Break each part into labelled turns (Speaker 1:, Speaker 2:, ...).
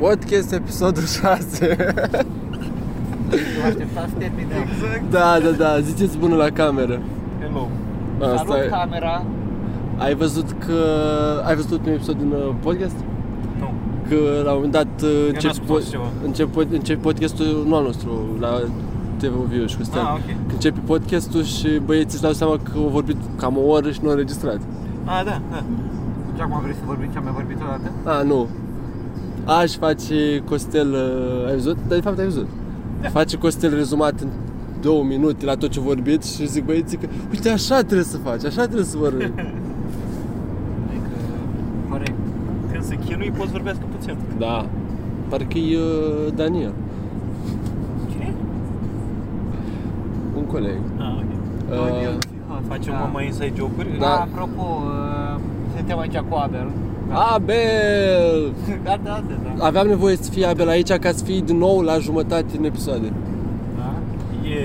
Speaker 1: Podcast, episodul 6.
Speaker 2: Nu aștepta să terminăm. Exact.
Speaker 1: da, da, da, ziceți bună la cameră.
Speaker 3: Hello.
Speaker 2: Salut
Speaker 1: Asta e. uh,
Speaker 2: camera.
Speaker 1: Ai văzut că... Ai văzut ultimul episod din uh, podcast?
Speaker 3: Nu.
Speaker 1: Că la un moment dat uh, încep,
Speaker 3: ascultat așa ceva.
Speaker 1: încep, încep podcastul nu al nostru, la TVV și cu Stan.
Speaker 3: Ah, ok.
Speaker 1: Începe podcastul și băieții își dau seama că au vorbit cam o oră și nu au înregistrat.
Speaker 3: A, da, da.
Speaker 2: Și acum vrei să vorbim ce am mai vorbit odată?
Speaker 1: A, nu. Aș face Costel, uh, ai văzut? Dar de fapt ai văzut. Face Costel rezumat în două minute la tot ce vorbit și zic băieții că uite așa trebuie să faci, așa trebuie să vorbești.
Speaker 2: Adică, corect.
Speaker 3: Când se chinui, poți vorbească puțin.
Speaker 1: da. Parcă e uh, Daniel,
Speaker 3: Cine?
Speaker 1: un coleg.
Speaker 3: Ah, ok.
Speaker 1: Uh,
Speaker 3: Facem da. mai inside joke-uri?
Speaker 1: Da.
Speaker 2: Da. Apropo, uh, suntem aici cu Abel.
Speaker 1: Abel!
Speaker 2: Da, da, da, da.
Speaker 1: Aveam nevoie să fie Abel aici ca să fii din nou la jumătate din episoade.
Speaker 2: da.
Speaker 3: E...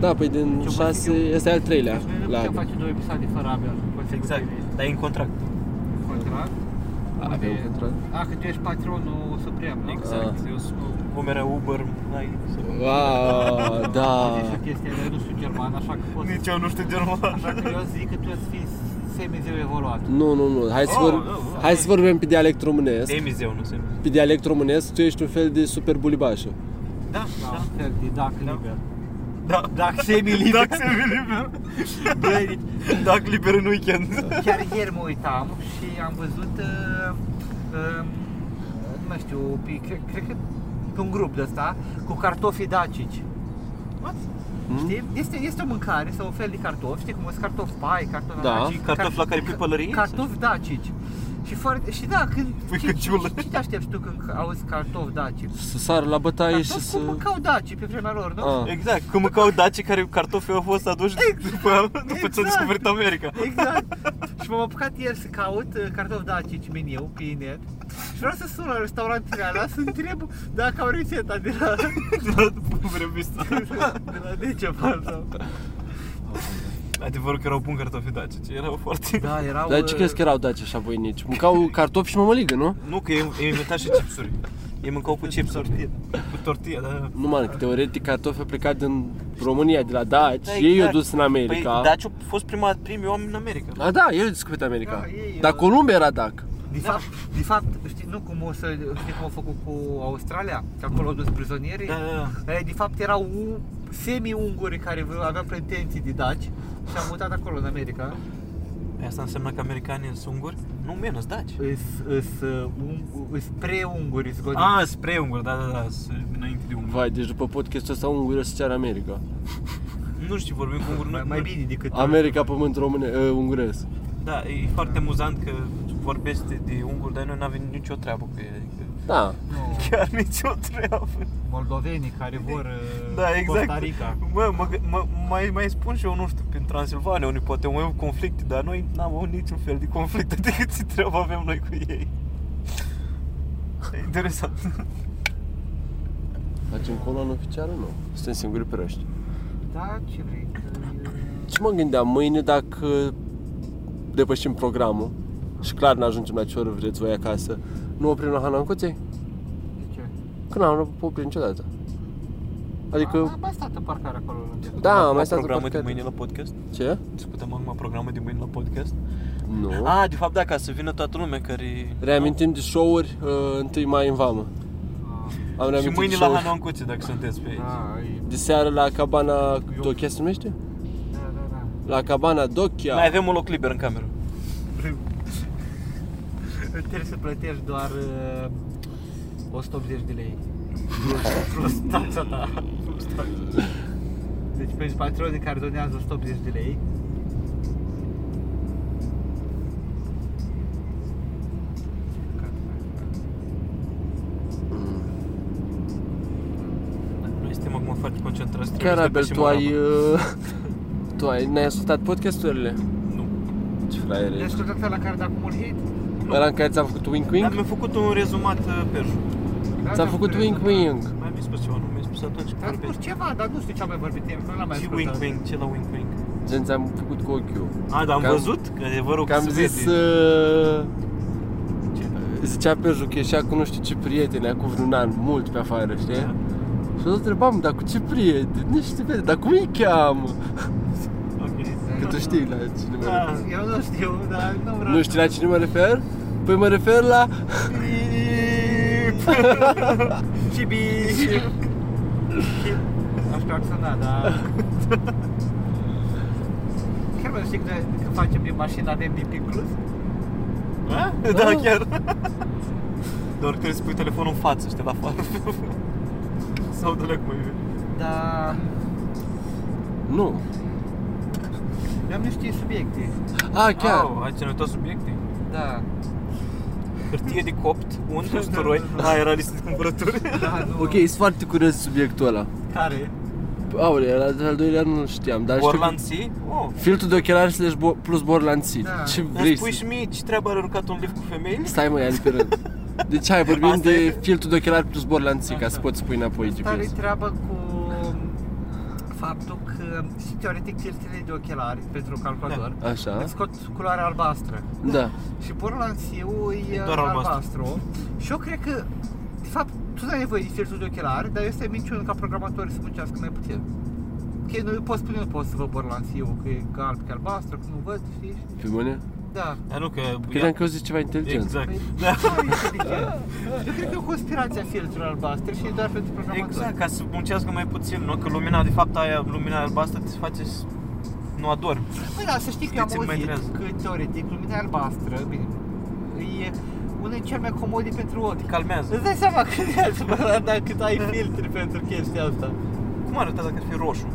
Speaker 1: Da, păi din
Speaker 2: Ce
Speaker 1: 6,
Speaker 2: fac eu?
Speaker 1: ăsta e al treilea.
Speaker 2: Deci noi nu
Speaker 1: La
Speaker 2: putem
Speaker 1: Abel.
Speaker 2: face două episoade fără Abel. consecutiv.
Speaker 3: Exact, dar e în contract.
Speaker 2: Contract.
Speaker 1: Avem
Speaker 2: Unde-
Speaker 1: contract.
Speaker 2: A, că tu ești patronul suprem, nu?
Speaker 1: Exact.
Speaker 3: Eu sunt uh, cum era Uber, ai...
Speaker 1: Wow, da.
Speaker 2: Zici o chestie, dar eu nu știu german, așa că poți
Speaker 3: Nici eu nu știu german.
Speaker 2: Așa că eu zic că tu să fii semizeu evoluat.
Speaker 1: Nu, nu, nu. Hai să,
Speaker 3: Oh,
Speaker 1: vor...
Speaker 3: oh, oh.
Speaker 1: Hai să vorbim pe dialect românesc.
Speaker 3: Demizeu, nu se
Speaker 1: Pe dialect românesc, tu ești un fel de super bulibașă.
Speaker 3: Da,
Speaker 2: Da, fel de dac liber.
Speaker 3: da.
Speaker 2: Dac semiliber.
Speaker 3: Dacă se liber.
Speaker 2: Băi, deci
Speaker 3: Dacă liber în weekend.
Speaker 2: Chiar ieri mă uitam și am văzut, uh, uh, nu mai știu, pe- cred, cred că pe un grup de ăsta, cu cartofii dacici. What?
Speaker 3: Hmm?
Speaker 2: Știi? Este, este o mâncare sau un fel de cartofi, știi cum sunt cartofi pai, cartofi
Speaker 1: Da.
Speaker 2: dacici,
Speaker 3: Cartofi la care pui pălărie?
Speaker 2: Cartofi dacici. Și, foarte, și da, când,
Speaker 3: Pui
Speaker 2: ce,
Speaker 3: căciulă.
Speaker 2: ce te aștepți tu când auzi cartofi dacici?
Speaker 1: Să sar la
Speaker 3: Păi
Speaker 1: bătaie și
Speaker 2: Cartofi
Speaker 1: să...
Speaker 2: cum mâncau dacii pe vremea lor, nu?
Speaker 1: Ah.
Speaker 3: Exact, cum mâncau dacii care cartofii au fost aduși după, după ce a
Speaker 2: Exact.
Speaker 3: descoperit America.
Speaker 2: Exact. și m-am apucat ieri să caut uh, cartofi dacici meniu pe net. Și vreau să sun la restaurantul ăla să întreb dacă au rețeta de la,
Speaker 3: Exact. După revista.
Speaker 2: de la Decebal sau...
Speaker 3: Adevărul că erau bun cartofi dacici, erau foarte...
Speaker 2: Da, erau...
Speaker 1: Dar ce crezi că erau daci așa voinici? Mâncau cartofi și mămăligă, nu?
Speaker 3: Nu, că ei ei inventat și chipsuri. Ei mâncau cu chipsuri. Cu tortilla, da.
Speaker 1: Nu, man, că teoretic cartofi au plecat din România, de la Daci,
Speaker 3: Da,
Speaker 1: ei
Speaker 3: exact.
Speaker 1: au dus în America.
Speaker 3: Păi, Daciu a fost prima, primii oameni în America.
Speaker 1: A, da, el a descoperit America.
Speaker 2: Da, ei,
Speaker 1: Dar
Speaker 2: uh,
Speaker 1: Columbia era dac.
Speaker 2: De fapt, de fapt, știi, nu cum o să, știi cum au făcut cu Australia, că acolo au dus prizonierii?
Speaker 3: Da, da, da.
Speaker 2: Eh, De fapt, erau u- semi-unguri care v- aveau pretenții de daci și am mutat acolo în America.
Speaker 3: Păi Asta înseamnă că americanii sunt unguri? Nu, mie, nu-s daci.
Speaker 2: Îs, îs, uh, un- îs pre-unguri, îs goniți.
Speaker 3: Ah, spre unguri, da, da, da, s- înainte de unguri.
Speaker 1: Vai, deci după podcastul ăsta ungurii o să ceară America.
Speaker 3: Nu știu, vorbim cu unguri,
Speaker 2: mai,
Speaker 3: nu,
Speaker 2: mai bine decât...
Speaker 1: America, pământ române, uh, unguresc.
Speaker 3: Da, e foarte amuzant că vorbești de- de unguri, dar noi nu avem nicio treabă cu ei, adică
Speaker 1: Da.
Speaker 2: Nu.
Speaker 3: chiar nicio treabă.
Speaker 2: moldovenii care vor uh,
Speaker 3: Da, exact.
Speaker 2: Costa Rica.
Speaker 3: Mă, mă, mă mai, mai spun și eu, nu știu, prin Transilvania, unii poate mai au conflicte, dar noi n-am avut niciun fel de conflicte decât ce treabă avem noi cu ei. E
Speaker 1: Da,
Speaker 3: interesant.
Speaker 1: Facem coloană oficială? Nu. Suntem singuri proști.
Speaker 2: Da, ce vrei că...
Speaker 1: Ce mă gândeam mâine dacă depășim programul și clar ne ajungem la ce oră vreți voi acasă, nu oprim la Hanancuței?
Speaker 2: De ce?
Speaker 1: Că n-am oprit niciodată. Adică,
Speaker 2: A, mai stat în parcare acolo lângă.
Speaker 1: da, am mai stat în
Speaker 3: Ah. programul de
Speaker 1: parcare.
Speaker 3: mâine la podcast?
Speaker 1: Ce?
Speaker 3: Discutăm acum programul de mâine la podcast?
Speaker 1: Nu.
Speaker 3: Ah, de fapt, da, ca să vină toată lumea care...
Speaker 1: Reamintim de show-uri uh, întâi mai în vamă. Am
Speaker 3: Și
Speaker 1: reamintit
Speaker 3: mâine
Speaker 1: de
Speaker 3: la
Speaker 1: show-uri Ah.
Speaker 3: Hanon Cuțe, dacă sunteți pe aici.
Speaker 2: Da, e-
Speaker 1: de seară la cabana Dochia se numește?
Speaker 2: da, da, da.
Speaker 1: La cabana
Speaker 3: Mai
Speaker 1: Dochia.
Speaker 3: avem un loc liber în cameră.
Speaker 2: Trebuie să plătești doar uh, 180 de lei. Plus taxa ta. Deci pentru patronii care donează 180 de lei,
Speaker 3: Noi suntem acum foarte concentrați. trebuie
Speaker 1: Chiar,
Speaker 3: să
Speaker 1: Abel,
Speaker 3: depășim
Speaker 1: tu ai...
Speaker 3: ora.
Speaker 1: Uh, tu ai, ne-ai ascultat podcasturile?
Speaker 3: Nu.
Speaker 1: Ce fraier
Speaker 2: deci
Speaker 1: ești.
Speaker 2: tot la care dacă mult hit,
Speaker 1: Ăla în care ți-am făcut
Speaker 3: Dar
Speaker 1: wink-wink?
Speaker 3: mi-a făcut un rezumat uh, pe jur.
Speaker 1: Ți-am făcut wink-wink.
Speaker 3: Mai mi-a spus ceva, nu mi-a spus atunci că
Speaker 2: Am spus
Speaker 3: vorbești.
Speaker 2: ceva, dar nu știu ce am mai vorbit eu, că nu l-am mai
Speaker 3: Ce
Speaker 2: ascultat.
Speaker 3: wink wink, ce la wink wink?
Speaker 1: Gen, ți-am făcut cu ochiul.
Speaker 3: A, dar am
Speaker 1: Cam- uh,
Speaker 3: văzut că adevărul
Speaker 1: Că am
Speaker 3: se
Speaker 1: zis...
Speaker 3: vede.
Speaker 1: Uh,
Speaker 3: Ce?
Speaker 1: zicea Perju că ieșea cu nu știu ce prieteni acum vreun an, mult pe afară, știi?
Speaker 3: Da.
Speaker 1: Și eu îl întrebam, dar cu ce prieteni? Nu știu, bine, dar cum îi cheamă?
Speaker 3: Ok.
Speaker 1: Că tu știi la cine mă refer.
Speaker 3: Da.
Speaker 2: Eu nu știu, dar nu vreau.
Speaker 1: Nu știi la cine mă refer? Păi mă refer la...
Speaker 3: Pip.
Speaker 2: Și bici. Aș pe acționa, dar... Chiar mă știi că noi când facem din mașina de BP Plus?
Speaker 3: A? Da, chiar. Doar că îți pui telefonul în față, știi, la față. Sau de la cum e.
Speaker 2: Dar...
Speaker 1: Nu.
Speaker 2: Eu am niște subiecte.
Speaker 1: A, chiar.
Speaker 3: Au, Ai ținut tot subiecte?
Speaker 2: Da.
Speaker 3: Hârtie de copt, unt, usturoi. Ah, era listă de cumpărături.
Speaker 2: Da, nu.
Speaker 1: Ok, sunt foarte curios subiectul ăla.
Speaker 2: Care?
Speaker 1: Aule, la al doilea nu știam, dar
Speaker 3: Borland
Speaker 1: știu...
Speaker 3: Sea? Oh.
Speaker 1: că- Filtrul de ochelari slash bo- plus borland
Speaker 2: Da.
Speaker 1: da. Ce vrei
Speaker 3: Îmi spui
Speaker 1: să...
Speaker 3: și mie ce treabă are aruncat un lift cu femei?
Speaker 1: Stai mă, ia pe rând. Deci hai, vorbim
Speaker 3: Asta
Speaker 1: de
Speaker 3: e-
Speaker 1: filtrul de ochelari plus borlanții, ca
Speaker 2: Așa.
Speaker 1: să poți spui înapoi
Speaker 2: Care
Speaker 1: GPS.
Speaker 2: treabă cu faptul că și teoretic filtrele de ochelari pentru calculator
Speaker 1: Așa,
Speaker 2: îți scot culoarea albastră.
Speaker 1: da.
Speaker 2: Și porlanțiul e
Speaker 3: Doar albastru.
Speaker 2: albastru. Și eu cred că, de fapt, tu ai nevoie de filtrul de ochelari, dar este minciună ca programator să muncească mai puțin. Că nu pot spune, nu pot să vă borlanțiul, că e că alb, că e albastru, că nu văd, știi?
Speaker 1: Pe mâine?
Speaker 2: Da.
Speaker 3: Dar nu, că...
Speaker 1: Credeam că o zici ceva inteligent.
Speaker 3: Exact.
Speaker 2: Păi,
Speaker 3: Da.
Speaker 2: nu e inteligent. Eu cred că e o conspirație a filtrului albastre și e doar pentru programator.
Speaker 3: Exact, ca să muncească mai puțin, nu? Că lumina, de fapt, aia, lumina albastră te face să nu adormi.
Speaker 2: Păi da, să știi că eu
Speaker 3: Știți,
Speaker 2: am
Speaker 3: mai
Speaker 2: auzit că
Speaker 3: trează.
Speaker 2: teoretic lumina albastră, bine, e unul din cel mai comode pentru ochi.
Speaker 3: Te calmează.
Speaker 2: Îți dai seama cât de altfel dacă tu ai filtri pentru chestia asta.
Speaker 3: Cum arăta dacă ar fi roșu?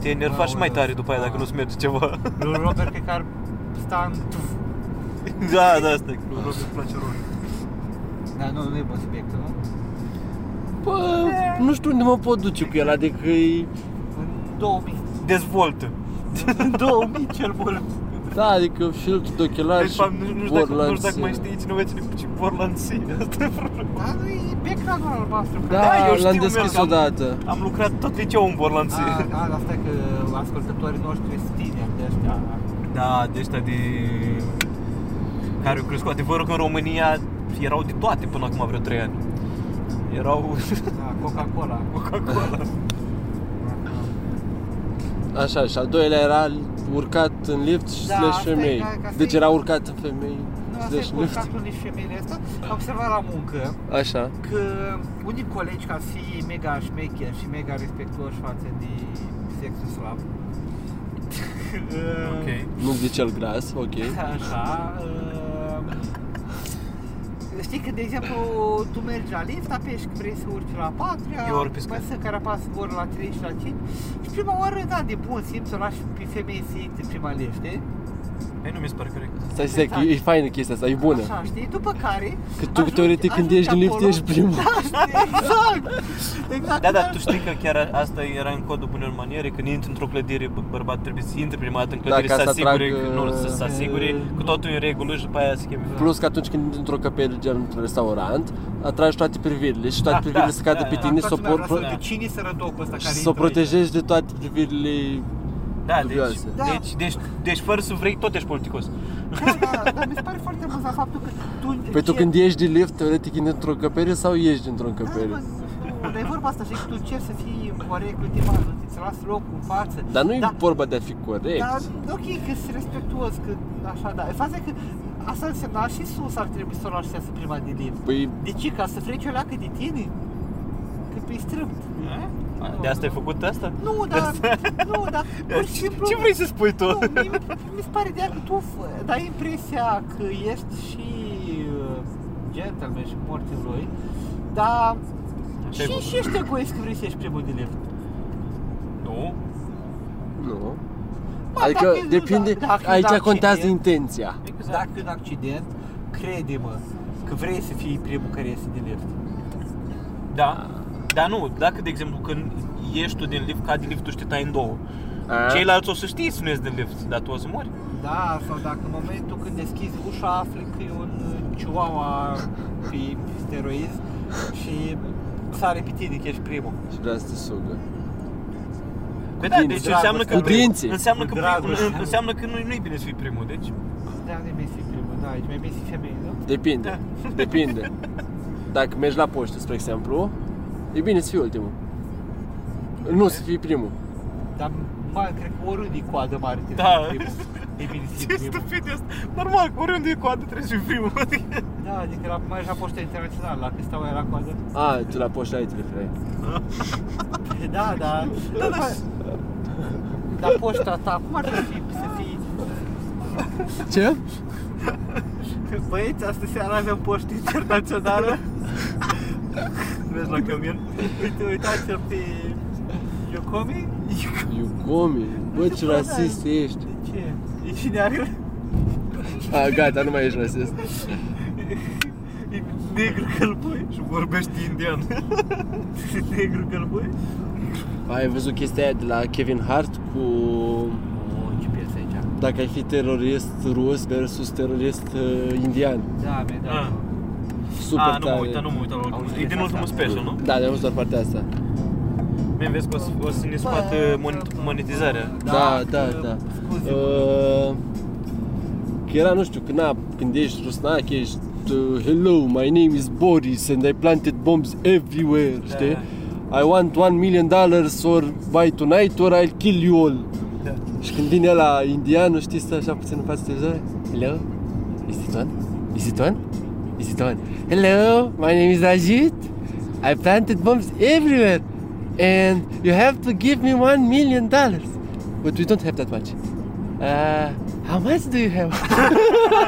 Speaker 3: Te enerva și
Speaker 2: Aoleu.
Speaker 3: mai tare după aia dacă
Speaker 2: Ah.
Speaker 3: nu-ți merge ceva.
Speaker 2: Lui Robert cred că ar sta în... tuf.
Speaker 3: da, da, asta e. Lui Robert îi place roșu.
Speaker 2: Da, nu, nu e bun subiectul, nu?
Speaker 1: Bă, nu știu unde mă pot duce cu el, adică e...
Speaker 2: În 2000.
Speaker 3: Dezvoltă.
Speaker 2: În 2000 cel mult.
Speaker 1: Da, adică filtrul de ochelari
Speaker 3: Deci,
Speaker 1: și
Speaker 3: fapt, nu, nu, știu dacă, nu știu dacă
Speaker 1: borlanții.
Speaker 3: mai știi cineva cine ce Borland Sea. Asta e problema.
Speaker 2: Da, nu e background-ul albastru.
Speaker 1: Da,
Speaker 3: Da, eu
Speaker 1: l-am
Speaker 3: știu,
Speaker 1: deschis
Speaker 3: mergeam.
Speaker 1: odată.
Speaker 3: Am lucrat tot liceul în Borland
Speaker 2: A,
Speaker 3: Sea.
Speaker 2: a, dar stai că ascultătorii noștri sunt tineri de ăștia.
Speaker 3: Da, de ăștia de... Care au crescut. Adevărul că în România erau de toate până acum vreo 3 ani. Erau
Speaker 2: Da, Coca-Cola. Da,
Speaker 3: Coca-Cola.
Speaker 1: Așa, și al doilea era urcat în lift și
Speaker 2: Da,
Speaker 1: slash
Speaker 2: asta e,
Speaker 1: femei.
Speaker 2: ca- ca să
Speaker 1: Deci
Speaker 2: fii-
Speaker 1: era urcat în femei
Speaker 2: Nu, asta e
Speaker 1: slash
Speaker 2: cu
Speaker 1: lift.
Speaker 2: capul nici femeile asta. Am observat la muncă
Speaker 1: Așa.
Speaker 2: că unii colegi, ca să fie mega șmecher și mega respectuoși față de sexul slab,
Speaker 3: Ok.
Speaker 1: Nu zice el gras, ok.
Speaker 2: Așa. Uh, știi că, de exemplu, tu mergi la lift, apeși că vrei să urci la 4,
Speaker 3: Eu ori pe scară.
Speaker 2: să care apasă ori la 3 și la 5 și prima oară, da, de bun simț să lași pe femei să intre în prima lift, știi?
Speaker 3: Ei, nu mi se pare corect.
Speaker 1: Stai, stai,
Speaker 3: Exact.
Speaker 1: că e faină chestia asta, e bună.
Speaker 2: Așa, știi? După care...
Speaker 1: Că tu, teoretic, când ieși din lift,
Speaker 2: acolo-
Speaker 1: ești primul.
Speaker 2: Da, știi, exact! exact
Speaker 3: Da, dar tu știi că chiar asta era în codul bunelor maniere, când intri într-o clădire, bă- bărbatul trebuie să intre prima dată în clădire,
Speaker 1: Da, ca
Speaker 3: să
Speaker 1: să
Speaker 3: asigure,
Speaker 1: atragă-
Speaker 3: că, nu, să se asigure că totul e în regulă și după aia se cheme.
Speaker 1: Plus că atunci când intri într-o căpere, gen într-un restaurant, atragi toate privirile și toate
Speaker 3: Da,
Speaker 1: privirile
Speaker 3: da,
Speaker 1: să cadă
Speaker 3: da,
Speaker 1: pe
Speaker 3: da.
Speaker 1: tine,
Speaker 2: Ah. Toată
Speaker 1: să o
Speaker 2: lumea
Speaker 1: por-
Speaker 2: vrea să
Speaker 1: pro-
Speaker 2: uite cine e sărătocul ăsta care
Speaker 1: și să
Speaker 2: intră
Speaker 1: o
Speaker 2: aici?
Speaker 1: protejezi de toate privirile
Speaker 3: Da, deci,
Speaker 1: dubioase.
Speaker 2: Da.
Speaker 3: deci, deci, deci, fără să vrei, tot ești politicos.
Speaker 2: Da, da, dar mi se pare foarte amuzant faptul că tu...
Speaker 1: Păi tu
Speaker 2: ceri-
Speaker 1: când ieși din lift, teoretic intri într-o căpere sau ieși dintr-o
Speaker 2: Da, mă,
Speaker 1: căpere?
Speaker 2: nu, dar e vorba asta, știi, că tu ceri să fii corect ultima, îți las locul în față.
Speaker 1: Dar nu e
Speaker 2: da,
Speaker 1: vorba de a fi corect.
Speaker 2: Dar, ok, că sunt respectuos, că așa, da. E faza că asta însemna și sus ar trebui să o lași să iasă prima din lift.
Speaker 1: Păi
Speaker 2: De ce? Ca să freci o leacă de tine? Că pe strâmt.
Speaker 3: Da. De asta ai făcut asta?
Speaker 2: Nu, dar, nu, dar, Da. pur și simplu...
Speaker 3: Ce vrei să spui tu?
Speaker 2: Nu, mie mi- mi se pare de că tu f- dai impresia că ești și uh, gentleman și morții lui, dar
Speaker 3: Așa
Speaker 2: și,
Speaker 3: e.
Speaker 2: și ești egoist că vrei să ieși primul din lift.
Speaker 3: Nu.
Speaker 1: nu.
Speaker 2: Ba,
Speaker 1: Adică
Speaker 2: dacă-
Speaker 1: depinde,
Speaker 2: da, dacă-
Speaker 1: aici
Speaker 2: dacă
Speaker 1: contează
Speaker 2: cine-
Speaker 1: intenția.
Speaker 2: Exact. Dacă în accident, crede-mă că vrei să fii primul care iese din lift.
Speaker 3: Da.
Speaker 1: Ah.
Speaker 3: Dar nu, dacă, de exemplu, când ieși tu din lift, cade liftul și te tai în două.
Speaker 1: A?
Speaker 3: Ceilalți o să știe să nu ies din lift, dar tu o să mori.
Speaker 2: Da, sau dacă în momentul când deschizi ușa afli că e un uh, chihuahua pe steroizi și sare pe tine că ești primul.
Speaker 1: Și vrea să te sugă.
Speaker 3: Cu Păi da,
Speaker 1: Dinții.
Speaker 3: deci înseamnă că,
Speaker 1: Cu dinții.
Speaker 3: înseamnă că,
Speaker 2: Cu dragoste.
Speaker 3: prim- înseamnă că nu, nu-i bine să fii primul, deci
Speaker 2: Da, nu e mesi primul, da, aici mi-e mesi femeie, nu?
Speaker 1: Depinde. Depinde. Dacă mergi la poștă, spre exemplu, e bine să fii ultimul. Nu să fii primul.
Speaker 2: Dar, mă, cred că oriunde e coadă mare trebuie
Speaker 3: Da.
Speaker 2: să fii primul. E bine să
Speaker 3: Ce
Speaker 2: fii primul.
Speaker 3: stupid este! Normal, oriunde e coadă trebuie să fii primul. Adică,
Speaker 2: Da, adică la, mai ales la poșta internațională, la cât stau mai la coadă.
Speaker 1: A, tu la poștă ai telefonul.
Speaker 2: Da, da. Da, da. Dar poșta ta, cum ar fi să fii?
Speaker 1: Ce?
Speaker 2: Băieți, astă seara avem poștă internațională.
Speaker 3: Mergi la cămin.
Speaker 2: Uite, uitați-l pe Yokomi.
Speaker 1: Iucomi, bă, ce rasist ești.
Speaker 2: Ce? E și neagră?
Speaker 1: A, gata, nu mai ești rasist.
Speaker 2: E negru călboi?
Speaker 3: Și vorbești indian.
Speaker 2: E negru călboi?
Speaker 1: Ai văzut chestia aia de la Kevin Hart cu...
Speaker 2: O, ce piesă aici?
Speaker 1: Dacă ai fi terorist rus versus terorist uh, indian.
Speaker 2: Da, mi-e dat.
Speaker 3: Ah.
Speaker 1: Super
Speaker 3: A, nu
Speaker 1: tare.
Speaker 3: mă uită, nu mă uită la ultimul.
Speaker 2: Auzi,
Speaker 3: E din
Speaker 2: asta.
Speaker 3: ultimul special, nu?
Speaker 1: Da, dar am văzut doar partea asta.
Speaker 3: Mi-am vezi că o să, o să ne scoată monet- monetizarea.
Speaker 1: Da, da,
Speaker 2: că-
Speaker 1: da.
Speaker 2: Scuze.
Speaker 1: Uh, că era, nu știu, când, na, când ești rusnac, ești uh, Hello, my name is Boris and I planted bombs everywhere,
Speaker 3: Da.
Speaker 1: știi? I want one million dollars or by tonight or I'll kill you all.
Speaker 3: Da.
Speaker 1: Și când vine la indianul, știi, stă așa puțin în fața televizorului Hello, is it on? Is it on? Is it on? Hello, my name is Ajit. I planted bombs everywhere. And you have to give me one million dollars. But we don't have that much. Uh, how much do you have?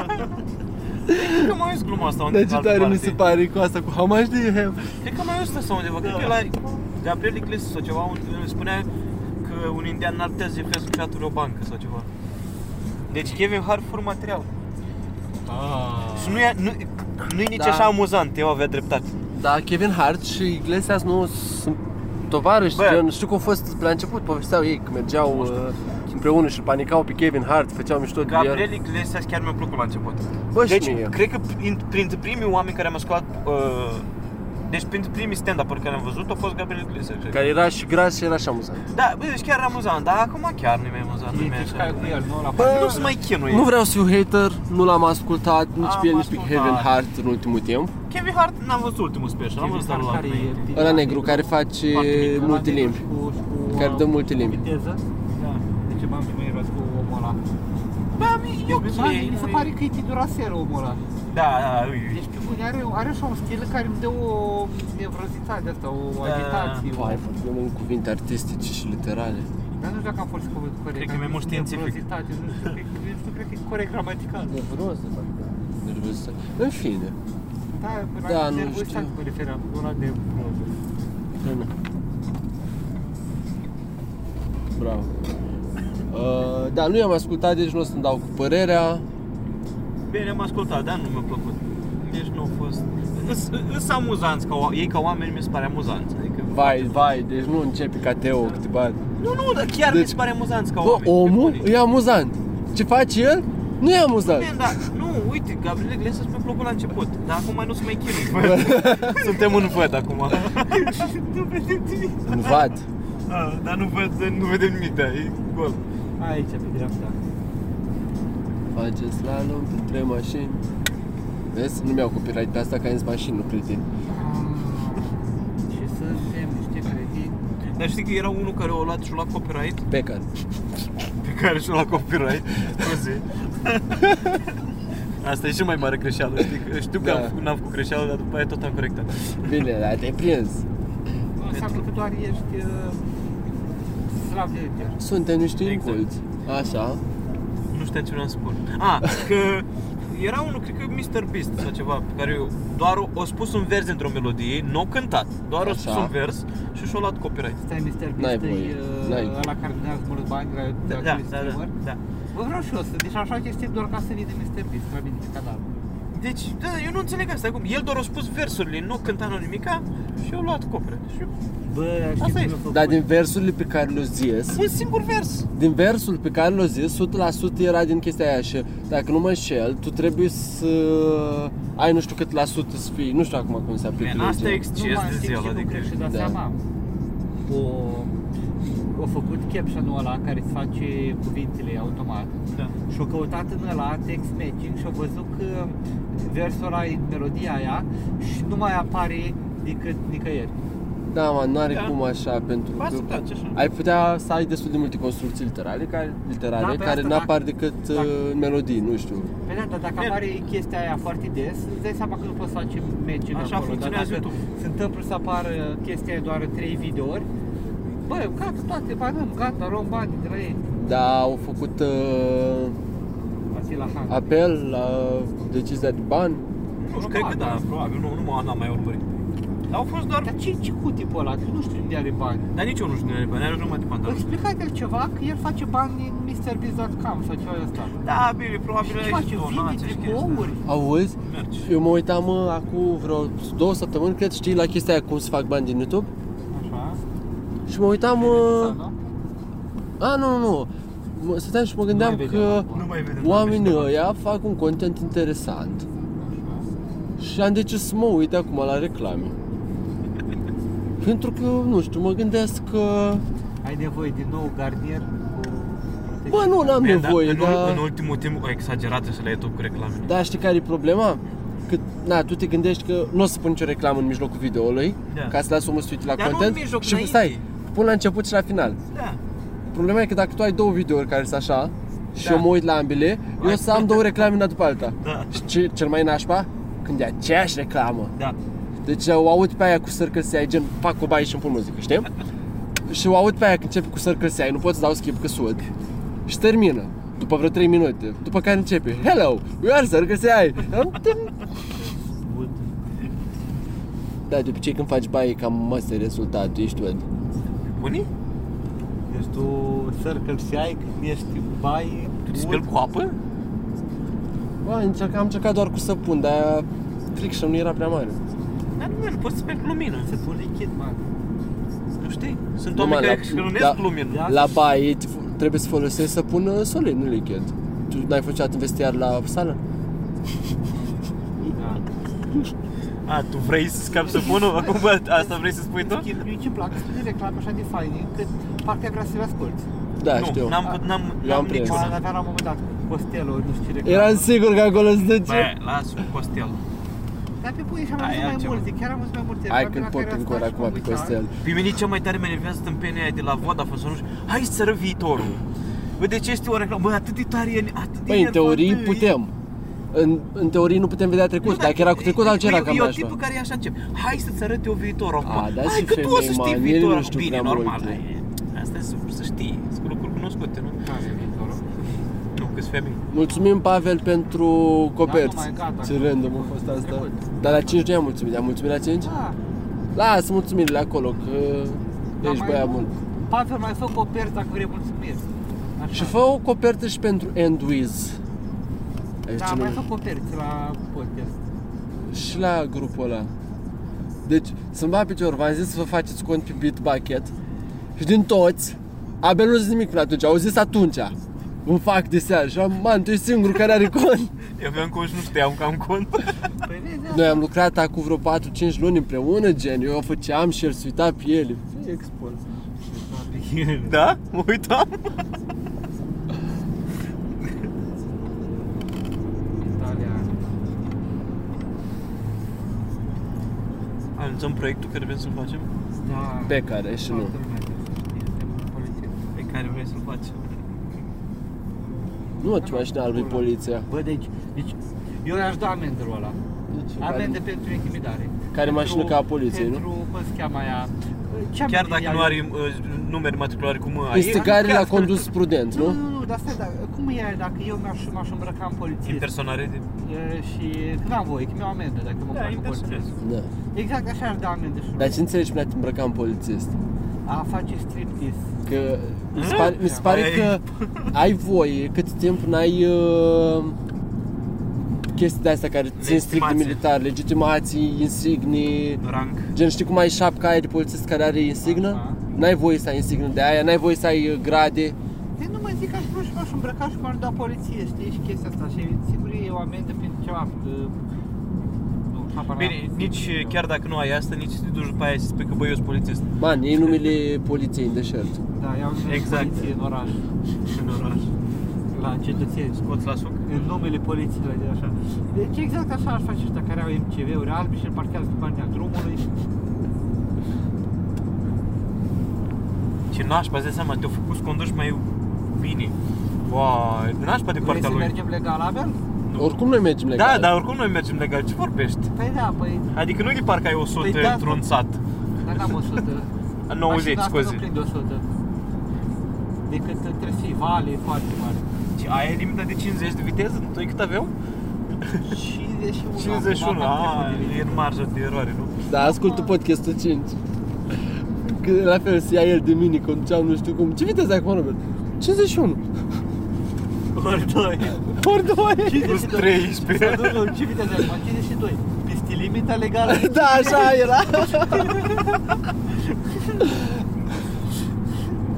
Speaker 3: Cred că am auzit gluma asta
Speaker 1: Dar
Speaker 3: undeva
Speaker 1: ce Deci tare mi se pare cu asta, cu how much do you have?
Speaker 3: Cred că am auzit asta undeva. Cred
Speaker 1: Da.
Speaker 3: că la Gabriel Iglesias sau ceva unde spunea că un indian n-ar putea să jefuiască creatul o bancă sau ceva. Deci Kevin Hart fur material.
Speaker 2: Ah.
Speaker 3: Și nu e, nu, nu e nici
Speaker 1: Da.
Speaker 3: așa amuzant, eu avea dreptate.
Speaker 1: Da, Kevin Hart și Iglesias nu sunt tovarăși,
Speaker 3: Bă.
Speaker 1: gen, știu cum a fost la început, povesteau ei că mergeau uh, împreună și îl panicau pe Kevin Hart, făceau mișto de el.
Speaker 3: Gabriel Iglesias chiar mi-a plăcut la început.
Speaker 1: Bă, și
Speaker 3: deci,
Speaker 1: mie.
Speaker 3: cred că prin, printre primii oameni care am ascultat uh, deci printre primii stand-up-uri care am văzut a fost Gabriel Iglesias. cred.
Speaker 1: Care era și gras și era și amuzant.
Speaker 3: Da, bă, deci chiar era amuzant, dar acum chiar nu-i mai amuzant, nu-i mai
Speaker 2: Deci, E ca
Speaker 3: așa.
Speaker 2: cu el, nu? La
Speaker 1: Bă,
Speaker 3: Nu se mai chinuie.
Speaker 1: Nu vreau să fiu hater, nu l-am ascultat nici
Speaker 3: Am
Speaker 1: pe el, nici pe
Speaker 3: ascultat.
Speaker 1: Kevin Hart în ultimul timp.
Speaker 3: Kevin Hart n-am văzut ultimul special, am văzut doar la
Speaker 2: care e din-
Speaker 1: Ăla negru care face
Speaker 3: Da. Foarte mic,
Speaker 1: multe
Speaker 2: Ăla negru
Speaker 1: limbi.
Speaker 2: și cu- și cu,
Speaker 1: Care
Speaker 2: uh,
Speaker 1: dă multe limbi.
Speaker 2: cu viteză.
Speaker 3: Da.
Speaker 2: De ce m-am mai eros cu omul ăla?
Speaker 3: Bă, mi- e ok.
Speaker 2: Mi se pare- Mi se pare că e tiduraser omul ăla.
Speaker 3: Da, da, ui, ui.
Speaker 2: Deci pe bune, are, are așa un stil care îmi dă o nevrozitate asta, o
Speaker 3: Da.
Speaker 2: agitație. o-
Speaker 1: Vai, vorbim în cuvinte artistice și literale.
Speaker 2: Dar nu știu dacă am folosit cuvântul corect.
Speaker 3: Cred că
Speaker 2: am
Speaker 3: e mai mult
Speaker 2: zis
Speaker 3: științific.
Speaker 2: Nevrozitate, nu știu, cred că- nu știu, cred că e corect gramatical.
Speaker 1: Nervos, de parcă. Nervos. În fine.
Speaker 2: Da, la
Speaker 1: Da, nu
Speaker 2: nervul ăsta
Speaker 1: știu.
Speaker 2: mă refeream, nu la nevroză.
Speaker 1: Bravo. Uh, da, nu i-am ascultat, deci nu o să-mi dau cu părerea.
Speaker 3: Bine, am ascultat, dar nu mi-a plăcut. Deci nu a fost... Îs- Îs amuzanți, ca, o- ei ca oameni mi se pare amuzanți. Adică,
Speaker 1: Vai, vai, deci nu începe ca Teo, că te bat.
Speaker 3: Nu, nu, dar chiar
Speaker 1: Deci-
Speaker 3: mi se pare amuzanți ca
Speaker 1: Bă,
Speaker 3: oameni.
Speaker 1: omul
Speaker 3: pe
Speaker 1: e amuzant. Ce face el? Nu e amuzant.
Speaker 3: bune. Da, nu, uite, Gabriel Iglesias mi-a plăcut la început, dar acum nu se mai chinuie. Suntem în văd acum. nu vedem nimic.
Speaker 1: Un vad.
Speaker 3: A, dar nu, văd, nu vedem nimic, da, e gol.
Speaker 2: Aici, pe dreapta.
Speaker 1: Face slalom între mașini. Vezi? Nu mi-au copyright pe asta, că ai zis mașini, nu cretini.
Speaker 3: Ah,
Speaker 2: Și suntem niște cretini.
Speaker 3: Dar știi că era unul care o luat și-o luat copyright?
Speaker 1: Pe care.
Speaker 3: Pe care și-o luat copyright? Scuze. Asta e și mai mare greșeală, știi? că Știu că
Speaker 1: Da.
Speaker 3: am făcut- n-am făcut greșeală, dar după aia tot am corectat.
Speaker 1: Bine, dar te-ai prins.
Speaker 2: Înseamnă că Ah, doar ești uh, slab de lider.
Speaker 1: Suntem niște
Speaker 3: Exact.
Speaker 1: inculți. Așa.
Speaker 3: Nu știam ce vreau să spun. A, că era unul, cred că Mr. Beast sau ceva, pe care eu doar o, o spus un vers într-o melodie, nu o cântat, doar o spus
Speaker 1: Așa.
Speaker 3: un vers și și-o luat copyright.
Speaker 2: Stai, Mr.
Speaker 1: N-ai
Speaker 2: Beast,
Speaker 1: voie,
Speaker 2: e
Speaker 1: n-ai.
Speaker 2: uh, ăla care dădea mulți bani la
Speaker 3: Da,
Speaker 2: la
Speaker 3: da,
Speaker 2: acest
Speaker 3: da, da,
Speaker 2: streamer.
Speaker 3: da.
Speaker 2: Bă, vreau și eu să, deci așa chestie doar ca să vii de Mr. Beast, la mine pe canal.
Speaker 3: Deci, da, eu nu înțeleg asta cum. El doar a spus versurile, nu cânta nu nimica și eu luat copyright. Și
Speaker 2: Bă, știi
Speaker 3: Asta
Speaker 2: cum
Speaker 3: e.
Speaker 2: mi-a făcut?
Speaker 1: Dar din versurile pe care le zis,
Speaker 3: un singur vers.
Speaker 1: din versul pe care l-a zis, 100% era din chestia aia și dacă nu mă înșel, tu trebuie să ai nu știu cât la sută să fii, nu știu acum cum se aplică
Speaker 3: Man, asta e
Speaker 1: legea.
Speaker 3: exces
Speaker 2: Nu m-am
Speaker 3: de
Speaker 2: simțit,
Speaker 3: ziua,
Speaker 2: nu
Speaker 3: adică.
Speaker 2: cred și da
Speaker 1: Da.
Speaker 2: seama. O, au făcut caption-ul ăla care îți face cuvintele automat
Speaker 3: Da.
Speaker 2: și au căutat în ăla text matching și au văzut că versul ăla e melodia aia și nu mai apare decât nicăieri.
Speaker 1: Da, mă, nu are
Speaker 3: Da.
Speaker 1: cum așa, pentru
Speaker 3: Ba,
Speaker 1: că
Speaker 3: să place așa.
Speaker 1: ai putea să ai destul de multe construcții literale care,
Speaker 2: Da,
Speaker 1: literare,
Speaker 2: pe
Speaker 1: care
Speaker 2: asta,
Speaker 1: nu apar
Speaker 2: da.
Speaker 1: decât
Speaker 2: Da.
Speaker 1: uh, în melodii, nu știu.
Speaker 2: Pe da, dar dacă
Speaker 3: Bine.
Speaker 2: apare chestia aia foarte des, îți dai seama că nu poți face matching
Speaker 3: Așa
Speaker 2: acolo. dar
Speaker 3: funcționează
Speaker 2: dacă
Speaker 3: YouTube.
Speaker 2: Se întâmplă să apară chestia aia doar 3 videouri, bă, gata, toate banăm, gata, luăm bani de la ei.
Speaker 1: Dar au făcut uh,
Speaker 2: Vasila Han.
Speaker 1: apel la decizia de bani.
Speaker 3: Nu știu, cred că da, probabil, nu, nu m-am n-am mai urmărit. Dar au fost doar...
Speaker 2: Dar ce, ce cu tipul ăla? Nu știu unde are bani.
Speaker 3: Dar nici eu nu știu din ele bani, are jumătate de pantaloni.
Speaker 2: Explicați-l ceva, că el face bani din MrBeast.com sau ceva de asta.
Speaker 3: Da, bine,
Speaker 2: Și
Speaker 3: probabil
Speaker 2: ce
Speaker 3: aici
Speaker 2: face?
Speaker 3: donații
Speaker 2: Vinde
Speaker 3: și
Speaker 2: tricouri?
Speaker 3: chestii. da.
Speaker 1: Auzi?
Speaker 3: Merge.
Speaker 1: Eu mă uitam mă, acum vreo două săptămâni, cred, știi, la chestia aia cum se fac bani din YouTube?
Speaker 2: Așa.
Speaker 1: Și mă uitam...
Speaker 2: Sau,
Speaker 1: Uh,
Speaker 2: nu?
Speaker 1: a, nu, nu, nu. Mă- Stăteam și mă gândeam
Speaker 2: mai vedem
Speaker 1: că
Speaker 2: acum.
Speaker 3: Nu mai vedem.
Speaker 1: oamenii ăia fac un content interesant. Și am decis să mă uit acum la reclame. Pentru că, nu știu, mă gândesc că...
Speaker 2: Ai nevoie din nou garnier cu...
Speaker 1: Bă, nu, n-am
Speaker 3: Bine, dar
Speaker 1: nevoie, da.
Speaker 3: în, ul-
Speaker 1: dar...
Speaker 3: în ultimul timp au exagerat și la YouTube cu reclamele.
Speaker 1: Dar Da, știi care e problema? Că, na, tu te gândești că nu o să pun nicio reclamă în mijlocul videoului,
Speaker 3: Da.
Speaker 1: ca să las omul să se uite la
Speaker 3: Dar nu în
Speaker 1: content
Speaker 3: mijloc,
Speaker 1: și
Speaker 3: înainte.
Speaker 1: stai, pun la început și la final.
Speaker 3: Da.
Speaker 1: Problema e că dacă tu ai două videouri care sunt așa și
Speaker 3: Da.
Speaker 1: eu mă uit la ambele, eu o
Speaker 3: Ai-
Speaker 1: să am două reclame una după alta.
Speaker 3: Da.
Speaker 1: Și ce, cel mai nașpa? Când e aceeași reclamă.
Speaker 3: Da.
Speaker 1: Deci o aud pe aia cu Circle CI, gen fac o baie și îmi pun muzică, știi? și o aud pe aia când începe cu Circle CI, nu pot să dau skip că sud. Și termină. După vreo 3 minute, după care începe Hello, we are Circle CI
Speaker 2: Bun.
Speaker 1: Da, de obicei când faci baie, cam asta e rezultatul, ești tu Ed.
Speaker 3: Bunii?
Speaker 2: Deci tu circle și ai când ești bai...
Speaker 3: Tu te speli cu apă?
Speaker 1: Bă, încerc, am încercat doar cu săpun, dar friction nu era prea mare
Speaker 3: Dar nu merge, poți să speli cu lumină.
Speaker 2: Se pun lichid, man.
Speaker 3: Nu știi? Sunt
Speaker 1: Numai
Speaker 3: oameni care
Speaker 1: la-
Speaker 3: hrănesc
Speaker 1: la-
Speaker 3: cu lumină.
Speaker 2: Da.
Speaker 1: La baie te- trebuie să folosești săpun uh, solid, nu lichid Tu n-ai făcut niciodată în vestiar la sală?
Speaker 2: Da.
Speaker 3: A, tu vrei să scapi să pună? Acum bă, asta vrei să spui tu?
Speaker 1: Da,
Speaker 2: Chiar mie ce plac, sunt reclame așa de faine, încât parcă ai vrea să le asculti.
Speaker 1: Da, știu
Speaker 3: Nu, n-am, put- n-am,
Speaker 1: Eu am
Speaker 3: n-am
Speaker 1: prins.
Speaker 2: Ba,
Speaker 1: Bună.
Speaker 2: dar
Speaker 3: niciuna.
Speaker 2: avea la un moment dat Costello, nu știu ce reclamă.
Speaker 1: Eram sigur că acolo se duce
Speaker 3: Bă, las cu Costel.
Speaker 2: Dar pe bune și am
Speaker 3: Aia
Speaker 2: văzut
Speaker 3: e
Speaker 2: mai
Speaker 3: altceva.
Speaker 2: multe, chiar am văzut mai multe.
Speaker 1: Hai
Speaker 2: reclame
Speaker 1: când
Speaker 2: la
Speaker 1: pot
Speaker 2: care
Speaker 1: încă
Speaker 2: am
Speaker 1: ori
Speaker 2: stat și
Speaker 1: acum pe
Speaker 2: m-am uitat.
Speaker 1: Costel
Speaker 3: Pe mine cea mai tare mă enervează tâmpenia aia de la Vodafone sau nu știu. Hai să ră viitorul. Bă, de ce este o reclamă? Bă, atât de tare e, atât de
Speaker 1: Băi, în
Speaker 3: enervantă
Speaker 1: teorie
Speaker 3: e.
Speaker 1: putem în, în teorie nu putem vedea
Speaker 3: Nu,
Speaker 1: trecut,
Speaker 3: dar-
Speaker 1: dacă era cu trecut,
Speaker 3: e-
Speaker 1: altceva
Speaker 3: e-
Speaker 1: era cam
Speaker 3: E o
Speaker 1: nașpa
Speaker 3: tipul care e așa încep. Hai să-ți arăt eu viitorul acum.
Speaker 1: A, da,
Speaker 3: Hai
Speaker 1: și
Speaker 3: că tu o să
Speaker 1: femei,
Speaker 3: știi
Speaker 1: man,
Speaker 3: viitorul
Speaker 1: ele nu
Speaker 3: acum.
Speaker 1: știu
Speaker 3: Bine,
Speaker 1: prea
Speaker 3: normal.
Speaker 1: multe.
Speaker 3: aia e. Asta e să, să știi. Sunt lucruri cunoscute, nu?
Speaker 2: Care e viitorul?
Speaker 3: Nu, că sunt femei.
Speaker 1: Mulțumim, Pavel, pentru coperți.
Speaker 2: Da, nu, mai gata.
Speaker 1: Ce random a fost asta.
Speaker 2: Trecut.
Speaker 1: Dar la 5 nu i-am mulțumit. Am mulțumit la 5?
Speaker 2: Da,
Speaker 1: Lasă mulțumirile acolo, că ești
Speaker 2: dar Da, mai
Speaker 1: băiat
Speaker 2: nu.
Speaker 1: bun.
Speaker 2: Pavel, mai fă coperți dacă vrei mulțumiri. Așa.
Speaker 1: Și fă o copertă și pentru End Wiz. Aici
Speaker 2: Da,
Speaker 1: ce
Speaker 2: mai
Speaker 1: nume.
Speaker 2: fă coperți la podcast.
Speaker 1: Și la grupul ăla. Deci, să-mi va picior, v-am zis să vă faceți cont pe Bitbucket. Și din toți, abia nu zis nimic până atunci, au zis atunci. Îmi fac de seară și am, man, tu ești singurul care are cont.
Speaker 3: Eu aveam cont și nu știam că am cont.
Speaker 2: Păi vezi, da.
Speaker 1: Noi am lucrat acum vreo 4-5 luni împreună, gen, eu o făceam și el se uita pe el. Fii expus.
Speaker 3: Da? Mă uitam.
Speaker 2: Italian.
Speaker 3: Anunțăm proiectul care vrem să-l facem?
Speaker 2: Da.
Speaker 1: Pe care și nu.
Speaker 2: Toată lumea. Suntem polițiști.
Speaker 3: Pe care vrei să-l facem?
Speaker 1: Nu, ce mașina albă e poliția.
Speaker 2: Bă, deci, deci eu i-aș da amendă lui ăla. Amendă
Speaker 1: Care,
Speaker 2: pentru intimidare.
Speaker 1: care mașină
Speaker 2: Pentru-
Speaker 1: ca a poliției, nu?
Speaker 2: Pentru, cum se cheamă aia? Ce
Speaker 3: Chiar
Speaker 2: amendă
Speaker 3: dacă
Speaker 2: e
Speaker 3: nu
Speaker 2: aia?
Speaker 3: are uh, numere matriculare cum uh, ai.
Speaker 1: Instigare
Speaker 3: chiar-
Speaker 1: la condus prudent,
Speaker 2: Nu,
Speaker 1: nu?
Speaker 2: nu, nu, dar stai, dar cum e aia dacă eu mi-aș, m-aș îmbrăca în poliție
Speaker 3: Impersonare de...
Speaker 2: E, și că n-am voie, că mi-au amendă dacă mă îmbrac în poliție.
Speaker 1: Da.
Speaker 2: Exact așa aș da amendă și
Speaker 1: Dar
Speaker 2: lui.
Speaker 1: ce înțelegi până te îmbrăca în polițist?
Speaker 2: A face striptease.
Speaker 1: Că mi se pare, mi se pare
Speaker 3: Ei.
Speaker 1: că ai voie cât timp n-ai uh, chestii de astea care țin strict de
Speaker 3: Legitimație.
Speaker 1: militar, legitimații, insignii,
Speaker 3: Rank.
Speaker 1: Gen, știi cum ai șapca aia de polițist care are insignă?
Speaker 2: Aha.
Speaker 1: N-ai voie să ai insignă de aia, n-ai voie să ai uh, grade.
Speaker 2: Păi nu mai zic că aș vrea și m-aș îmbrăca și m-aș da poliție, știi, și chestia asta. Și sigur e o amendă pentru ceva, că... uh, Nu știu. Habar n-am.
Speaker 3: Bine, nici uh, chiar dacă nu ai asta, nici să te duci după aia și să spui că băi, eu sunt polițist.
Speaker 1: Man, ei numele poliției în deșert.
Speaker 2: Da, iau
Speaker 3: Exact.
Speaker 2: exact. poliție în oraș,
Speaker 3: În oraș.
Speaker 2: la cetățeni.
Speaker 3: Scoți la suc?
Speaker 2: În numele poliției, de așa. Deci exact așa aș face ăștia care au MCV-uri albi și îl parchează pe partea drumului.
Speaker 3: Ce nașpa, îți dai seama, te-au făcut să conduci mai bine. Wow, de nașpa de
Speaker 2: Vrei
Speaker 3: partea
Speaker 2: să
Speaker 3: lui.
Speaker 2: mergem legal, Abel?
Speaker 3: Nu.
Speaker 1: Oricum noi mergem legal.
Speaker 3: Da, dar oricum noi mergem legal, ce vorbești?
Speaker 2: Păi da, păi,
Speaker 3: Adică nu e de parcă ai 100
Speaker 2: Păi da,
Speaker 3: într-un
Speaker 2: fă-
Speaker 3: sat.
Speaker 2: dar n-am 100.
Speaker 3: 90,
Speaker 2: Mașina asta
Speaker 3: scuze.
Speaker 2: Nu prind 100. Decât trebuie să fii vale foarte mare.
Speaker 3: Ce, Aia e limita de 50 de viteză? Noi cât aveau?
Speaker 2: 51.
Speaker 3: 51, a, e în marja de eroare, nu?
Speaker 1: Da, ascult tu podcastul 5. Că la fel se ia el de mine, conduceam nu știu cum. Ce viteză ai acum, Robert? 51.
Speaker 3: Ori doi.
Speaker 1: Ori 2.
Speaker 3: Plus 13.
Speaker 2: Nu, nu, ce viteză ai acum? 52. Peste limita legală.
Speaker 1: Da, așa era.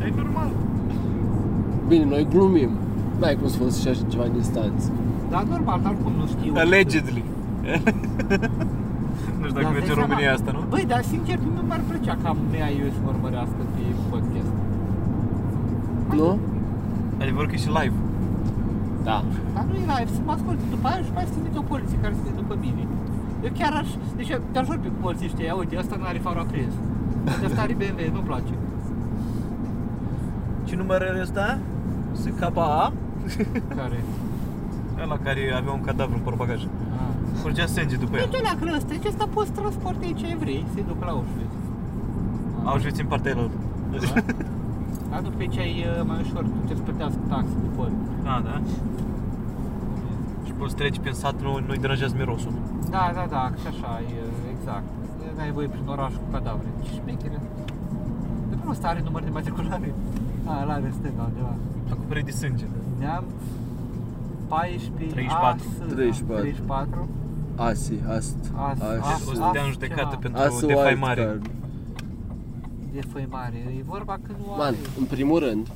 Speaker 3: E normal.
Speaker 1: Bine, noi glumim. N-ai cum să folosești așa ceva în instanță.
Speaker 2: Dar Da, normal, dar cum nu știu.
Speaker 3: Allegedly. nu știu dacă
Speaker 2: Dar
Speaker 3: merge
Speaker 2: dai
Speaker 3: în
Speaker 2: seama.
Speaker 3: România asta, nu?
Speaker 2: Băi, dar sincer, pe mine mi-ar plăcea ca mea eu să urmărească pe podcast.
Speaker 1: Nu?
Speaker 3: Adevărul că e și live.
Speaker 1: Da.
Speaker 2: Dar nu e live, să mă ascult după aia și mai trimit o poliție care să se după mine. Eu chiar aș, deci eu te-aș vorbi cu polițiștii, ia uite, asta nu are farul aprins. De asta are BMW, nu-mi place.
Speaker 3: Ce număr are ăsta? Se KA?
Speaker 2: Care?
Speaker 3: Ăla care avea un cadavru în portbagaj.
Speaker 2: Ah.
Speaker 3: Curgea sânge după
Speaker 2: Păi
Speaker 3: el.
Speaker 2: tu la crăstă, ce ăsta poți transporta aici ce vrei, se duc la Auschwitz.
Speaker 3: Auschwitz în partea el.
Speaker 2: Dar după aici e uh, mai ușor, tu trebuie să plătească taxe de poli.
Speaker 3: A, da? Și poți treci prin sat, nu, nu-i deranjează mirosul.
Speaker 2: Da, da, da, și așa, e, exact. N-ai voie prin oraș cu cadavre. Ce șmechere. De pe ăsta are număr de matriculare. A, ăla are în stânga undeva.
Speaker 3: Acoperit de sânge.
Speaker 2: Neam 14
Speaker 3: 34.
Speaker 2: as, da,
Speaker 1: 34.
Speaker 2: 34.
Speaker 1: Asi, ast.
Speaker 2: As- as-
Speaker 3: O
Speaker 1: As.
Speaker 3: să te dea în
Speaker 2: As-
Speaker 3: judecată
Speaker 2: ceva.
Speaker 1: As
Speaker 3: pentru
Speaker 1: wild
Speaker 3: defaimare.
Speaker 1: card.
Speaker 2: De foi mare. E vorba că nu
Speaker 1: Man,
Speaker 2: are.
Speaker 1: în primul rând,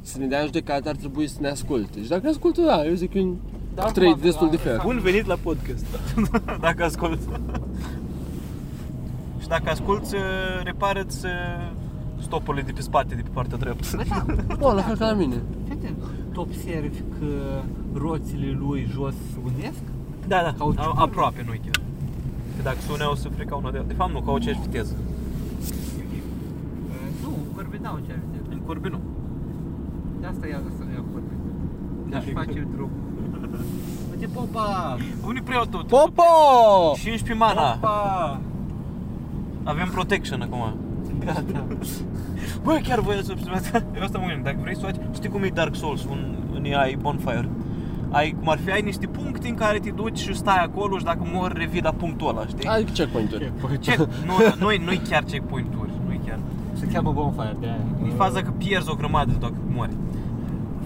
Speaker 1: să ne dea în judecată ar trebui să ne asculte. Și dacă ne ascultă, da, eu zic că e
Speaker 2: Dar
Speaker 1: trei
Speaker 2: acum,
Speaker 1: destul de
Speaker 2: da,
Speaker 1: fair.
Speaker 2: exact.
Speaker 3: Bun venit la podcast. dacă ascult. Și dacă asculti, repară-ți uh, stopurile de pe spate, de pe partea dreaptă.
Speaker 2: Bă, da,
Speaker 1: Bă, la fel ca la mine.
Speaker 2: Fete, tu observi că roțile lui jos se unesc?
Speaker 3: Da, da,
Speaker 2: Cauciuc.
Speaker 3: a, aproape, nu chiar. Că dacă sunea o să frec una de De fapt nu, că au aceeași viteză.
Speaker 2: E, Nu, vorbe n-au ce viteză.
Speaker 3: În curbi nu.
Speaker 2: De asta ia să nu ia vorbe.
Speaker 3: Da,
Speaker 2: Da, și
Speaker 3: e
Speaker 2: face drum. Uite, popa!
Speaker 3: Unii preiau tot.
Speaker 1: Popo!
Speaker 3: 15 mana.
Speaker 2: Popa!
Speaker 3: Avem protection acum.
Speaker 2: Gata.
Speaker 3: Bă, chiar voia să observați. Eu asta mă gândesc, dacă vrei să faci, știi cum e Dark Souls, un, în ea ai bonfire. Ai, cum ar fi, ai niște puncte în care te duci și stai acolo și dacă mor revii la punctul ăla, știi?
Speaker 1: Ai checkpoint-uri.
Speaker 3: Ce? Nu, nu, nu-i chiar checkpoint-uri, nu-i chiar.
Speaker 2: Se cheamă bonfire de aia.
Speaker 3: E faza că pierzi o grămadă dacă mori.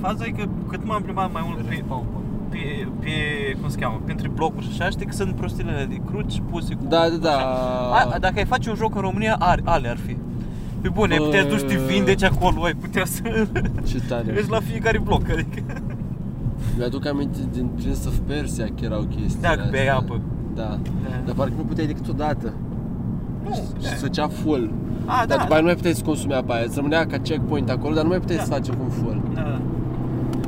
Speaker 3: Faza e că cât m-am plimbat mai mult pe, pe, pe, cum se cheamă, printre blocuri și așa, știi că sunt prostilele de cruci puse cu...
Speaker 1: Da, da, da.
Speaker 3: Așa. A, dacă ai face un joc în România, ar, ale ar fi. Pe bune, ai putea să duci să te
Speaker 1: Bă. Da.
Speaker 3: vindeci acolo, ai putea să
Speaker 1: Ce tare.
Speaker 3: mergi la fiecare bloc, adică...
Speaker 1: Mi-aduc aminte din Prince of Persia că erau chestii.
Speaker 3: Da, că beai apă.
Speaker 1: Da.
Speaker 3: Da.
Speaker 1: Dar parcă nu puteai decât o dată.
Speaker 3: Nu,
Speaker 1: Și
Speaker 3: da.
Speaker 1: se făcea full.
Speaker 3: A,
Speaker 1: dar
Speaker 3: da,
Speaker 1: după
Speaker 3: da,
Speaker 1: aia nu mai puteai să consumi apa aia. Îți rămânea ca checkpoint acolo, dar nu mai puteai
Speaker 3: Da.
Speaker 1: să faci cum full.
Speaker 3: da.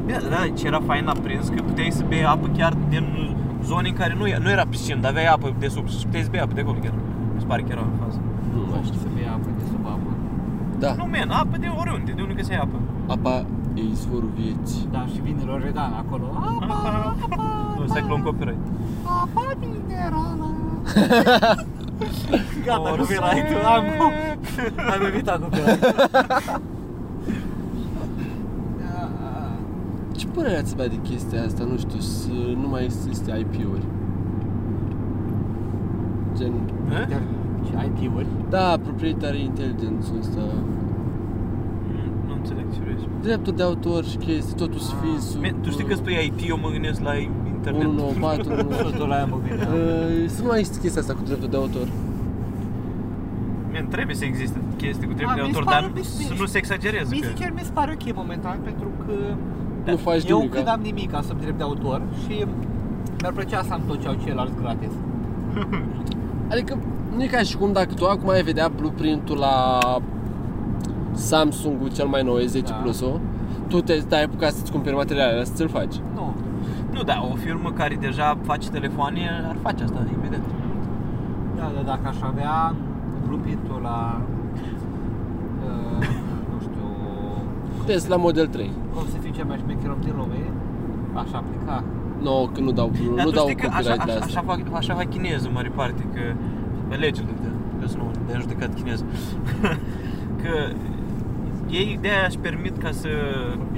Speaker 3: Bine, da, ce era fain la prins, că puteai să bei apă chiar din zone în care nu, e- nu era piscină, dar aveai apă de sub și puteai să bei apă de acolo chiar. Mi se pare că era în fază.
Speaker 1: Nu
Speaker 2: Nu
Speaker 1: mai
Speaker 2: știu
Speaker 1: știu.
Speaker 2: să bei apă de sub apă.
Speaker 1: Da,
Speaker 3: Nu, men, apă de oriunde, de unde găseai apă.
Speaker 1: apa e izvorul vieții.
Speaker 2: Da, și vine Loredan acolo. Apa, apa,
Speaker 3: Nu, stai că luăm copyright.
Speaker 2: apa minerală.
Speaker 3: Or-
Speaker 2: Gata, copyright-ul. Am, am evitat copyright-ul. Da.
Speaker 1: Ce părere ați avea de chestia asta? Nu știu, să nu mai existe IP-uri. Gen,
Speaker 3: Hă?
Speaker 2: Dar ce IP-uri?
Speaker 1: da, proprietary intelligence ăsta.
Speaker 3: Mm, Nu înțeleg ce vrei.
Speaker 1: Drepturi de autor și chestii, totul să fii sub...
Speaker 3: Men, Ah. tu știi că spui IP, eu mă gândesc la internet.
Speaker 1: 194,
Speaker 2: Nu știu, la aia mă gândeam.
Speaker 1: Uh, Să nu mai există chestia asta cu dreptul de autor.
Speaker 3: Men, trebuie să existe chestii cu
Speaker 2: A,
Speaker 3: dreptul de
Speaker 2: mi se
Speaker 3: autor,
Speaker 2: pare
Speaker 3: dar
Speaker 2: un pic
Speaker 3: să
Speaker 2: bine.
Speaker 3: nu se exagereze.
Speaker 2: Mie
Speaker 3: că-
Speaker 2: sincer mi se pare ok momentan pentru că da,
Speaker 1: Nu faci
Speaker 2: eu
Speaker 1: nimic,
Speaker 2: când
Speaker 1: da?
Speaker 2: am nimic să drept de autor și mi-ar plăcea să am tot ce au ceilalți gratis.
Speaker 1: Adică nu e ca și cum dacă tu acum ai vedea blueprint-ul la Samsung-ul cel mai nou, e 10
Speaker 2: Da.
Speaker 1: da. plus tu te ai apucat să-ți cumperi materialele astea, să-l faci.
Speaker 2: Nu.
Speaker 3: Nu, da, o firmă care deja face telefoane ar face asta imediat.
Speaker 2: Da, dar dacă aș avea blueprint-ul la... Uh, nu știu...
Speaker 1: Tesla Model 3.
Speaker 2: Cum se fi cel mai șmecher om din lume, aș aplica.
Speaker 1: Nu, că nu dau,
Speaker 3: Dar
Speaker 1: nu
Speaker 3: tu
Speaker 1: dau
Speaker 3: știi că așa,
Speaker 1: copyright de
Speaker 3: așa,
Speaker 1: asta.
Speaker 3: așa, fac, așa fac chinezul în mare parte, că pe legile de, că să nu de judecat chinez. că ei de aia își permit ca să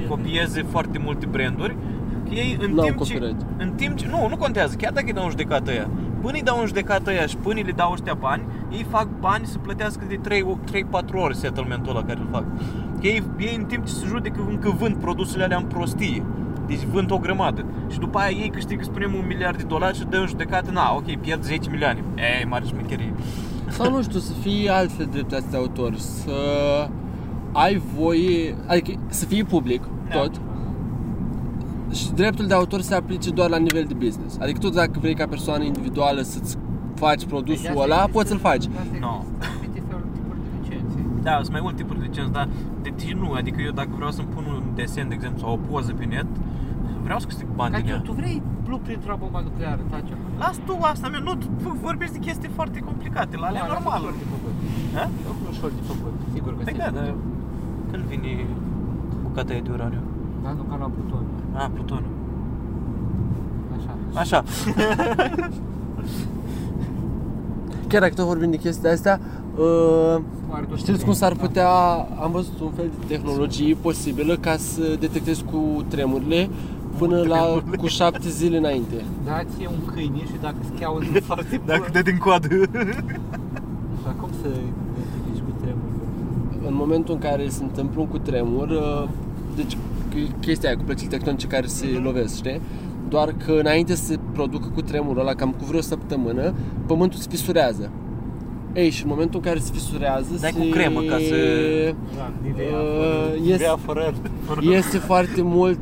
Speaker 3: copieze foarte multe branduri, că ei în
Speaker 1: N-au
Speaker 3: timp ce,
Speaker 1: copyright.
Speaker 3: în timp ce, nu, nu contează, chiar dacă îi dau în judecată aia, până îi dau în judecată aia și până le dau ăștia bani, ei fac bani să plătească de 3-4 ori settlementul ăla care îl fac. Că ei, ei în timp ce se judecă încă vând produsele alea în prostie. Deci vând o grămadă. Și după aia ei câștigă, spunem, un miliard de dolari și dă în judecată, na, ok, pierd 10 milioane. E, mare șmecherie.
Speaker 1: Sau nu știu, să fie altfel drepte astea autor, să ai voie, adică să fie public
Speaker 3: Da.
Speaker 1: tot și dreptul de autor se aplice doar la nivel de business. Adică tu dacă vrei ca persoană individuală să-ți faci produsul
Speaker 2: Păi,
Speaker 1: ăla, poți să-l faci.
Speaker 3: No. Da, sunt mai multe tipuri de licențe, dar de ce nu? Adică eu dacă vreau să-mi pun un desen, de exemplu, sau o poză pe net, vreau să câștig bani din
Speaker 2: Dacă
Speaker 3: ea.
Speaker 2: tu vrei blueprint-ul la bomba nucleară, da, faci
Speaker 3: Las tu asta, meu, nu tu vorbești de chestii foarte complicate, la alea normal. Ha?
Speaker 2: E un ușor de făcut, sigur că
Speaker 3: Păi
Speaker 2: se
Speaker 3: da,
Speaker 2: poate.
Speaker 3: dar când vine bucata aia de uraniu?
Speaker 2: Dar nu ca la pluton.
Speaker 3: A, plutoniu.
Speaker 2: Așa.
Speaker 3: Așa.
Speaker 1: Chiar dacă tot vorbim de chestii de astea, ă,
Speaker 2: Oare tu
Speaker 1: știți
Speaker 2: știi?
Speaker 1: cum s-ar
Speaker 2: Da.
Speaker 1: putea, am văzut un fel de tehnologie posibilă ca să detectezi cu tremurile până la cu șapte zile înainte.
Speaker 2: Dați-i un câine și dacă se cheau în foarte
Speaker 3: Dacă
Speaker 2: bun.
Speaker 3: dă din coadă.
Speaker 2: Dar cum să identifici cu tremurul?
Speaker 1: în momentul în care se întâmplă un cutremur, uh, deci c- chestia aia cu plăcile tectonice care se
Speaker 3: Mhm.
Speaker 1: lovesc, știi? Doar că înainte să se producă cutremurul ăla, cam cu vreo săptămână, pământul se fisurează. Ei, și în momentul în care se fisurează,
Speaker 3: Dai
Speaker 1: se...
Speaker 3: cu cremă ca să-
Speaker 2: Da,
Speaker 1: Uh, este-
Speaker 2: fără
Speaker 3: Da,
Speaker 1: Este foarte mult...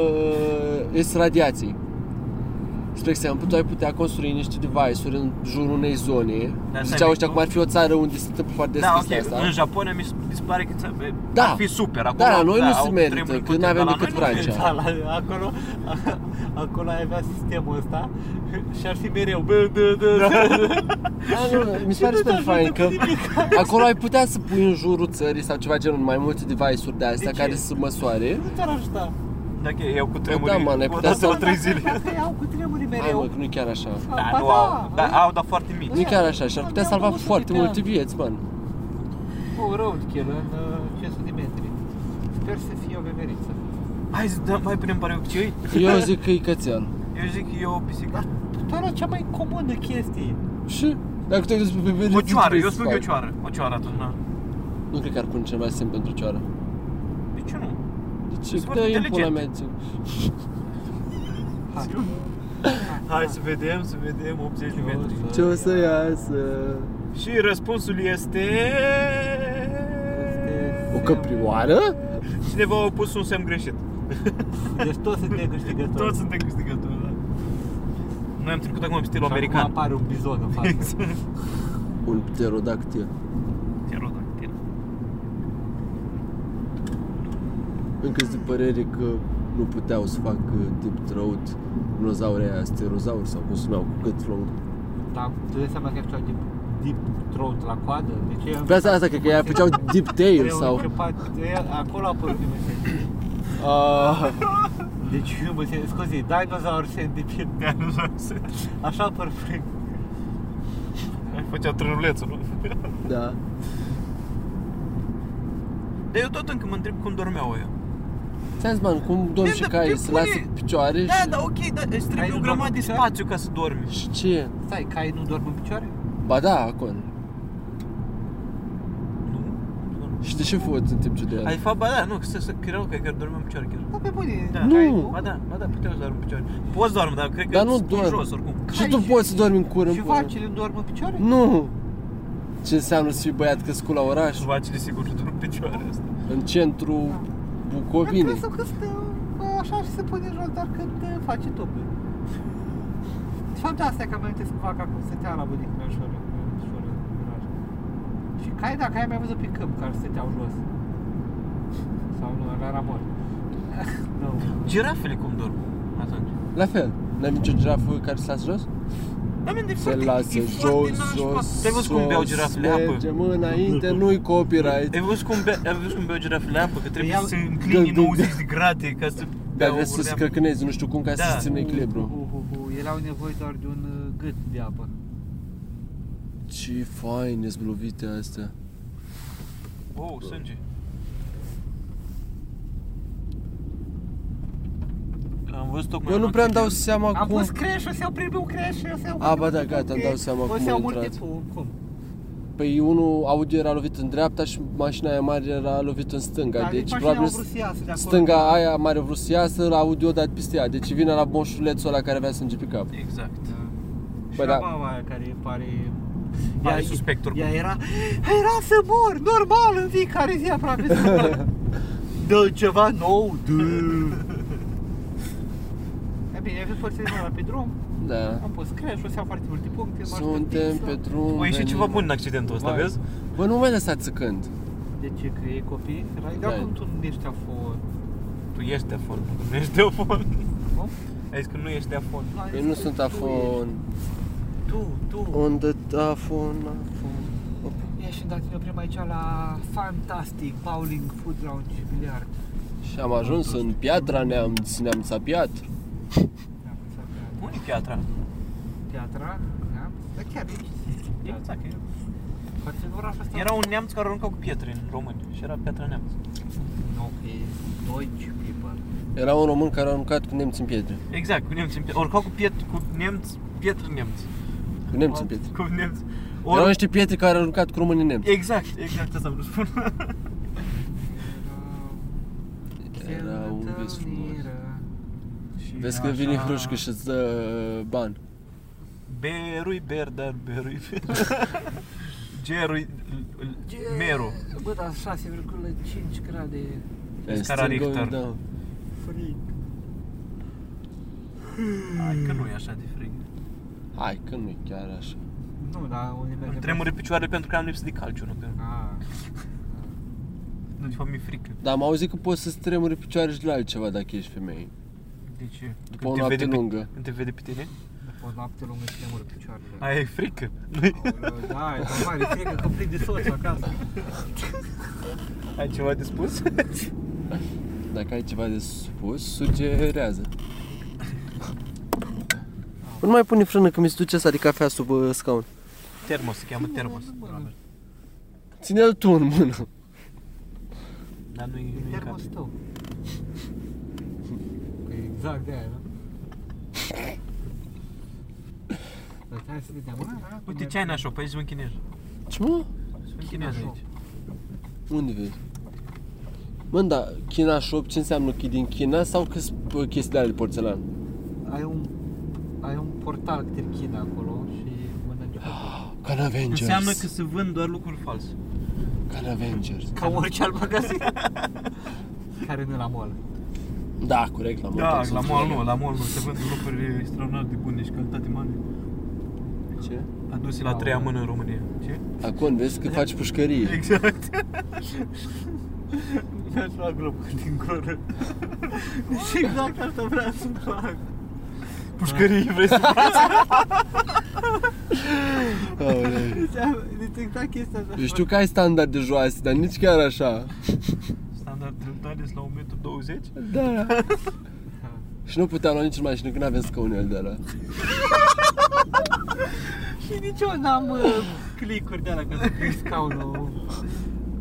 Speaker 1: Uh, este radiații. Spre exemplu, tu ai putea construi niște device-uri în jurul unei zone.
Speaker 3: Da, stai,
Speaker 1: Ziceau ăștia
Speaker 3: tu-
Speaker 1: cum ar fi o țară unde se întâmplă foarte des
Speaker 3: Da,
Speaker 1: chestia
Speaker 3: ok,
Speaker 1: asta.
Speaker 3: în Japonia mi se mi se pare că ți-a-
Speaker 1: Da.
Speaker 3: ar fi super. Acolo,
Speaker 1: Da, la noi nu
Speaker 3: au
Speaker 1: se merită,
Speaker 3: tremuri
Speaker 1: că
Speaker 3: puternice,
Speaker 1: n-avem
Speaker 3: dar la
Speaker 1: decât
Speaker 3: noi nu se-
Speaker 1: Francia.
Speaker 2: Da, la, acolo, acolo ai avea sistemul ăsta și ar fi mereu. Bă, bă, bă, bă.
Speaker 1: Da, nu, mi se pare
Speaker 2: nu
Speaker 1: super
Speaker 2: te
Speaker 1: fain
Speaker 2: ajută
Speaker 1: că
Speaker 2: cu
Speaker 1: acolo ai putea să pui în jurul țării sau ceva genul mai multe device-uri de astea
Speaker 2: De ce?
Speaker 1: care să măsoare.
Speaker 2: Nu te-ar ajuta.
Speaker 3: Dacă eu cu tremuri,
Speaker 1: Da, mă, ne
Speaker 3: o
Speaker 1: putea
Speaker 3: dată
Speaker 1: să-
Speaker 3: la trei zile.
Speaker 2: Asta iau cu tremuri
Speaker 1: Hai mă,
Speaker 2: mereu.
Speaker 1: că nu e chiar așa.
Speaker 3: Da, nu au, da, au, dar foarte mici.
Speaker 1: Nu e chiar așa și ar putea
Speaker 2: Aveam
Speaker 1: salva
Speaker 2: 200
Speaker 1: foarte
Speaker 2: de
Speaker 1: multe
Speaker 2: ani.
Speaker 1: vieți, man.
Speaker 2: Cu roadkill în uh, 500 de metri. Sper să fie o veveriță.
Speaker 3: Hai să dăm, mai punem pare ce e?
Speaker 1: Eu zic că e cățel.
Speaker 3: Eu zic că e o pisică.
Speaker 2: Doar cea mai comună chestie.
Speaker 1: Și? Dacă te uiți pe pe
Speaker 3: O cioară,
Speaker 1: vezi
Speaker 3: eu
Speaker 1: ce
Speaker 3: spun că e o
Speaker 1: faci.
Speaker 3: cioară. O cioară atunci, na.
Speaker 1: Nu cred că ar pune ceva semn pentru cioară.
Speaker 3: De ce nu?
Speaker 1: Deci,
Speaker 3: Sunt
Speaker 1: dă în pula
Speaker 3: inteligente.
Speaker 1: mea, ți-
Speaker 2: Hai.
Speaker 3: Hai să vedem, să vedem 80 de metri.
Speaker 1: Ce o să iasă?
Speaker 3: Și răspunsul este...
Speaker 1: O căprioară?
Speaker 3: Cineva a pus un semn greșit.
Speaker 2: Deci toți suntem câștigători.
Speaker 3: Toți suntem câștigători, da. Noi am trecut acum pe
Speaker 2: Și
Speaker 3: stilul
Speaker 2: acum
Speaker 3: american.
Speaker 2: apare un bizon în față.
Speaker 3: Exact.
Speaker 1: Un pterodactil.
Speaker 3: Pterodactil.
Speaker 1: Încă sunt de părere că nu puteau să fac tip throat dinozaurii aia, sterozauri sau cum sunau, cu cât lung.
Speaker 2: Dar tu dai seama că făceau deep, deep throat la coadă? De ce?
Speaker 1: Pe asta, asta cred că ea făceau deep tail
Speaker 2: Eu
Speaker 1: sau...
Speaker 2: încrepat, de- Acolo a apărut human centipede.
Speaker 1: Ah,
Speaker 2: Deci human centipede, scuze, dinosaur centipede.
Speaker 3: Da, nu știu.
Speaker 2: Așa apăr frâng.
Speaker 3: Ai făcea trânulețul, nu?
Speaker 1: da.
Speaker 3: Dar eu tot încă mă întreb cum dormeau ăia.
Speaker 1: Ți-am zis, man, cum dormi
Speaker 3: Bine,
Speaker 1: și
Speaker 3: dar
Speaker 1: caii,
Speaker 3: te
Speaker 1: se
Speaker 3: pune-
Speaker 1: lasă picioare
Speaker 3: Da,
Speaker 1: și...
Speaker 3: da, ok, dar îți trebuie
Speaker 2: nu
Speaker 3: o grămadă de
Speaker 2: dormi în
Speaker 3: spațiu ca să dormi.
Speaker 1: Și ce?
Speaker 2: Stai, cai nu dorm în picioare?
Speaker 1: Ba da, acolo.
Speaker 3: Nu.
Speaker 1: Și de ce fuți în timp ce dormi?
Speaker 3: Ai fapt, ba da, nu, că să, să, cred că chiar dormeam în picioare chiar.
Speaker 2: Da, pe bune.
Speaker 3: Da.
Speaker 2: cai
Speaker 1: Nu.
Speaker 3: Ba da, ba da, puteam să dorm în picioare. Poți dormi, dar cred că
Speaker 1: Dar nu
Speaker 3: îți pui
Speaker 1: dorm.
Speaker 3: jos oricum.
Speaker 1: Și
Speaker 2: Hai,
Speaker 1: tu
Speaker 2: și-
Speaker 1: poți să dormi în cură,
Speaker 2: Și
Speaker 1: în pula mea.
Speaker 2: vacile nu dorm în picioare?
Speaker 1: Nu! Ce înseamnă să fii băiat crescut la oraș,
Speaker 3: Și faci de sigur că dorm în picioare asta.
Speaker 1: în centru
Speaker 3: Da.
Speaker 2: Dar
Speaker 1: Bucovinei?
Speaker 2: Trebuie să că stă bă, așa și se pune jos, dar când uh, face topă. fapt de astea că am amintesc cumva că acum stătea la bunicul meu și la ușor în garaj. Și cai, da, cai mai văzut pe câmp care stăteau jos. Sau nu, ăla era mort.
Speaker 1: Da,
Speaker 2: nu.
Speaker 3: Girafele cum dorm atunci?
Speaker 1: La fel. N-ai nicio girafă care se lasă jos?
Speaker 3: Da, men, de
Speaker 1: Se
Speaker 3: foarte,
Speaker 1: lasă
Speaker 3: e
Speaker 1: jos,
Speaker 3: foarte nașpa.
Speaker 1: jos,
Speaker 3: Te-ai văzut cum beau girafele apă?
Speaker 1: Mergem înainte, nu-i copyright.
Speaker 3: Ai văzut cum, be- ai văzut cum beau girafele apă? Că trebuie
Speaker 2: Iau-
Speaker 3: să înclini
Speaker 1: Gă- gă-
Speaker 3: 90 de grade ca să
Speaker 1: Dar
Speaker 3: beau
Speaker 1: trebuie să
Speaker 3: urmea.
Speaker 1: scrăcânezi, nu știu cum, ca să
Speaker 3: Da.
Speaker 1: țină echilibru.
Speaker 2: Hu, hu, hu, hu. Erau nevoie doar de un uh, gât de apă.
Speaker 1: Ce faine zblovite astea.
Speaker 3: Wow, sânge. Am văzut tocmai
Speaker 1: Eu nu prea îmi dau
Speaker 3: noapte
Speaker 1: seama
Speaker 2: Am
Speaker 1: cum...
Speaker 2: pus creș, o să iau prin un creș, o să iau
Speaker 1: A,
Speaker 2: prin
Speaker 1: ba
Speaker 2: un
Speaker 1: da,
Speaker 2: pumn,
Speaker 1: gata, îmi dau seama
Speaker 2: o să
Speaker 1: cum
Speaker 2: iau
Speaker 1: a
Speaker 2: multe
Speaker 1: intrat.
Speaker 2: pumn, cum?
Speaker 1: Păi unul, Audi era lovit în dreapta și mașina aia mare era lovită în stânga.
Speaker 2: Dar
Speaker 1: Deci,
Speaker 2: mașina
Speaker 1: probabil,
Speaker 2: au vrut să iasă de acolo.
Speaker 1: stânga aia mare a vrut să iasă, la Audi o dat peste ea. Deci vine la moșulețul ăla care avea sânge pe cap.
Speaker 3: că- Exact.
Speaker 2: Da. Și
Speaker 1: Bă,
Speaker 2: la
Speaker 1: da.
Speaker 2: mama aia care pare...
Speaker 3: Pare suspect oricum.
Speaker 2: Ea era, era să mor, normal, în fiecare zi aproape să mor. Dă ceva nou, dă. E bine, avem forțe de mână pe drum,
Speaker 1: Da.
Speaker 2: am pus crash, o să iau foarte multe puncte, m-aș
Speaker 1: Suntem
Speaker 2: tâmpi,
Speaker 1: pe
Speaker 2: sau-
Speaker 1: drum.
Speaker 3: Mai ieșit
Speaker 1: venim.
Speaker 3: ceva bun în accidentul ăsta,
Speaker 1: Vai.
Speaker 3: vezi?
Speaker 1: Bă, nu mai lăsați să cânt.
Speaker 2: De ce, că e copii? Era
Speaker 1: Da.
Speaker 2: da. cum tu nu ești afon.
Speaker 3: Tu ești de afon, nu că nu ești de afon.
Speaker 2: Cum?
Speaker 3: Ai zis că nu ești de afon.
Speaker 2: Tu ai
Speaker 1: Eu
Speaker 2: zis
Speaker 1: Păi nu
Speaker 2: că
Speaker 1: sunt
Speaker 2: Da, tu ești.
Speaker 1: afon.
Speaker 2: Tu, tu.
Speaker 1: Unde afon, afon.
Speaker 2: Ia și dați-ne oprim aici la Fantastic Bowling Food Lounge și biliard.
Speaker 1: Și am ajuns în Piatra Neamț, Neamța Piatra.
Speaker 2: Ne-am lăsat pe
Speaker 3: Unde e piatra?
Speaker 2: Piatra, da? Dar chiar e Da.
Speaker 3: Exact. e-
Speaker 2: Poate în orașul ăsta.
Speaker 3: Era un neamț care arunca cu pietre în români și era piatra neamț.
Speaker 2: No, e Deutsch people.
Speaker 1: Era un român care a aruncat cu nemți în pietre.
Speaker 3: Exact, cu nemți în pietre. Oricau cu pietre, cu nemți, pietre nemți.
Speaker 1: Cu nemți în pietre.
Speaker 3: Cu nemți.
Speaker 1: Erau
Speaker 3: Or...
Speaker 1: niște pietre care au aruncat cu românii în nemți.
Speaker 3: Exact, exact asta vreau să spun.
Speaker 1: Era un vis frumos. Vezi că vine Hrușcă și îți dă bani.
Speaker 3: Berui, berdar, berui, ber- Gerui, l- l- meru.
Speaker 2: Bă, dar 6,5 grade
Speaker 3: Vezi
Speaker 1: Still
Speaker 3: care are
Speaker 1: going
Speaker 3: Richter.
Speaker 1: down.
Speaker 2: frig.
Speaker 3: Hai că nu e așa de frig.
Speaker 1: Hai că nu-i chiar așa.
Speaker 2: Nu, dar unde merge...
Speaker 3: Îmi tremură picioarele pentru că am lipsă de calciu, nu că...
Speaker 2: Ah.
Speaker 3: Nu, de fapt mi-e frică.
Speaker 1: Dar am auzit că poți să-ți tremuri picioare și la altceva dacă ești femeie.
Speaker 3: De ce?
Speaker 1: După
Speaker 3: Când
Speaker 1: o
Speaker 3: te
Speaker 1: noapte
Speaker 3: vede pe-
Speaker 1: lungă.
Speaker 3: Când te vede pe tine?
Speaker 2: După o noapte lungă îți tremură picioarele.
Speaker 3: Aia e frică.
Speaker 2: Aoleu, Da, e normal, e frică că plec de soț acasă.
Speaker 3: Ai ceva de spus?
Speaker 1: Dacă ai ceva de spus, sugerează. Nu mai pune frână că mi se duce asta de cafea sub uh, scaun.
Speaker 3: Termos, se cheamă termos.
Speaker 2: Mă,
Speaker 1: Ține-l tu în mână.
Speaker 3: Dar nu
Speaker 2: E
Speaker 3: e nu e
Speaker 2: termos
Speaker 3: cadru.
Speaker 2: tău. Că e Exact de aia, da? Dar hai să vedem. Ah, ah,
Speaker 3: Uite ce ai Păi nașo, pe aici sunt chinezi.
Speaker 1: Ce mă?
Speaker 3: Sunt chinezi
Speaker 2: Nașop.
Speaker 3: aici.
Speaker 1: Unde vezi? Mă, da, China Shop ce înseamnă că e din China sau că sunt uh, chestiile alea de porțelan?
Speaker 2: ai un, ai un portal terchin acolo și mănânci copii.
Speaker 1: Can Avengers.
Speaker 3: Înseamnă că se vând doar lucruri false.
Speaker 1: Can Avengers.
Speaker 2: Ca orice alt magazin. Care nu e la mall.
Speaker 1: Da, corect, la mall.
Speaker 3: Da,
Speaker 1: tot
Speaker 3: la
Speaker 1: sunt
Speaker 3: mall nu,
Speaker 1: chinezi.
Speaker 3: la mall nu. Se vând lucruri extraordinar de bune și calitate mare.
Speaker 1: Ce?
Speaker 3: Aduse la treia mână în România. Ce?
Speaker 1: Acum vezi că faci pușcărie.
Speaker 3: Exact.
Speaker 2: Mi-aș lua globul din gură. și exact asta vreau să fac.
Speaker 3: Pușcării vrei să faci?
Speaker 1: Aoleu.
Speaker 2: Deci am detectat chestia asta.
Speaker 1: Eu știu că ai standarde joase, dar nici chiar așa.
Speaker 3: Standard dreptare la 1,20 m.
Speaker 1: Da. Și nu puteam lua nici în mașină, că n-avem scaunel de la.
Speaker 2: Și nici eu n-am uh, clicuri de alea ca să prind Păi scaunul.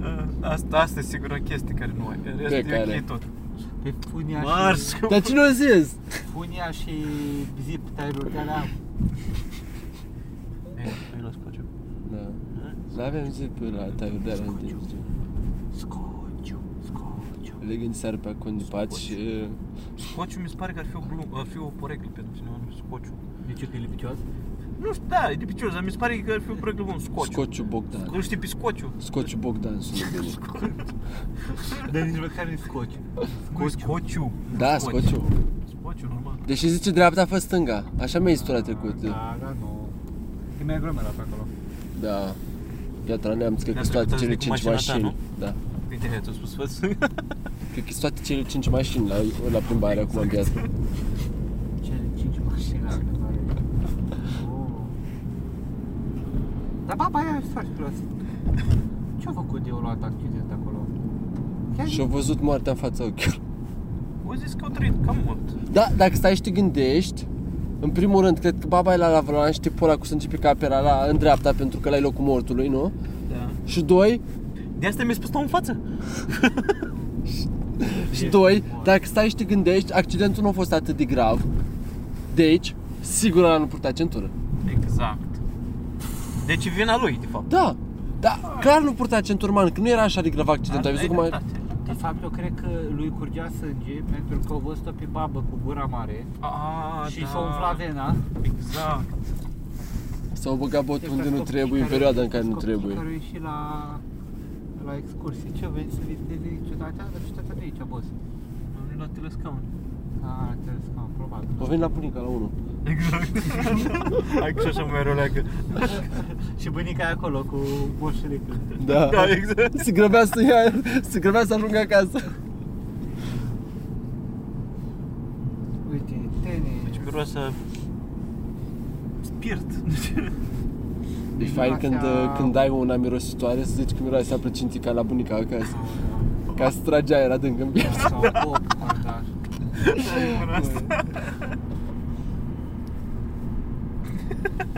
Speaker 3: Da. Asta, asta e singura chestie care nu ai. Restul
Speaker 1: Pe
Speaker 3: e
Speaker 1: care?
Speaker 3: ok tot.
Speaker 2: Pe funia
Speaker 3: Mars!
Speaker 2: și...
Speaker 1: Dar cine o zis?
Speaker 2: Funia și zip tie-uri de alea.
Speaker 3: Ei, nu-i las cu acel.
Speaker 1: Da. N-avem zi pe la taiul de la
Speaker 2: Scociu, scociu.
Speaker 1: Le gândi seara pe acolo de pat și... uh,
Speaker 3: Scociu mi se pare că ar fi o, glum, ar fi o poreclă pentru cineva, nu știu, scociu.
Speaker 2: De ce că e lipicios?
Speaker 3: Nu știu, da, e de picios, dar mi se pare că ar fi o poreclă bună, scociu.
Speaker 1: Scociu Bogdan.
Speaker 3: Nu știi pe scociu?
Speaker 1: Scociu Bogdan sună bine.
Speaker 2: Dar nici măcar nu scoci.
Speaker 3: Cu scociu.
Speaker 1: Da,
Speaker 3: Scoci.
Speaker 1: Scociu.
Speaker 3: faci eu, normal.
Speaker 1: Deși zice dreapta, fă stânga. Așa mi-ai zis tu la trecut.
Speaker 2: Da, da, nu. E mai aglomerat pe acolo.
Speaker 1: Da. Piatra Neamț, cred că
Speaker 3: Ne-a
Speaker 1: sunt toate
Speaker 3: trecut
Speaker 1: cele
Speaker 3: azi cu
Speaker 1: 5
Speaker 3: mașina ta,
Speaker 1: mașini. Da.
Speaker 3: Uite, hai, ți-am spus, fă
Speaker 1: Cred că sunt toate cele 5 mașini la, la plimbare acum în piață.
Speaker 2: Cele 5 mașini la aglomerare. Oh. Dar baba aia e foarte prost. Ce-a făcut de eu luat accident acolo? Chiar
Speaker 1: Și-au văzut moartea în fața ochilor.
Speaker 3: O zis că au trăit cam mult.
Speaker 1: Da, dacă stai și te gândești, în primul rând, cred că baba e la la volan și tipul ăla cu sânge pe cap era la, în dreapta pentru că la e locul mortului, nu?
Speaker 3: Da.
Speaker 1: Și doi,
Speaker 3: De asta mi-a spus stau în față.
Speaker 1: și doi, dacă stai și te gândești, accidentul nu a fost atât de grav. Deci, sigur ăla nu purta centură.
Speaker 3: Exact. Deci e vina lui, de fapt.
Speaker 1: Da, da, clar nu purta centură, man, că nu era așa de grav accidentul. Ai văzut cum a...
Speaker 2: De fapt, eu cred că lui curgea sânge pentru că o văzut pe babă cu gura mare
Speaker 3: A, da.
Speaker 2: și s-a umflat vena.
Speaker 3: Exact.
Speaker 1: S-au băgat bot
Speaker 2: Deci,
Speaker 1: unde
Speaker 2: ca
Speaker 1: nu
Speaker 2: copii
Speaker 1: trebuie, în
Speaker 2: care-
Speaker 1: perioada în care nu
Speaker 2: copii
Speaker 1: trebuie.
Speaker 2: Care au ieșit la, la excursii. Ce vezi să vezi niciodată? Dar niciodată de aici, boss. Ah,
Speaker 3: Am venit la telescaun.
Speaker 2: A, înțeles că am probat.
Speaker 1: O venit la bunica la 1.
Speaker 3: Exact. Hai că și așa mai roleacă.
Speaker 2: Și bunica e acolo cu moșulicul.
Speaker 1: Da.
Speaker 3: Da, exact.
Speaker 1: Se grăbea să ia, se grăbea să ajungă acasă.
Speaker 2: Uite, tenis.
Speaker 3: Deci miroase spirit.
Speaker 1: E
Speaker 2: Deci
Speaker 1: fain când,
Speaker 2: miroasea-
Speaker 1: uh, când dai una mirositoare să zici că miroase a plăcintii ca la bunica acasă. Ca să tragi aer adânc în piață.
Speaker 2: Sau pop, măcar.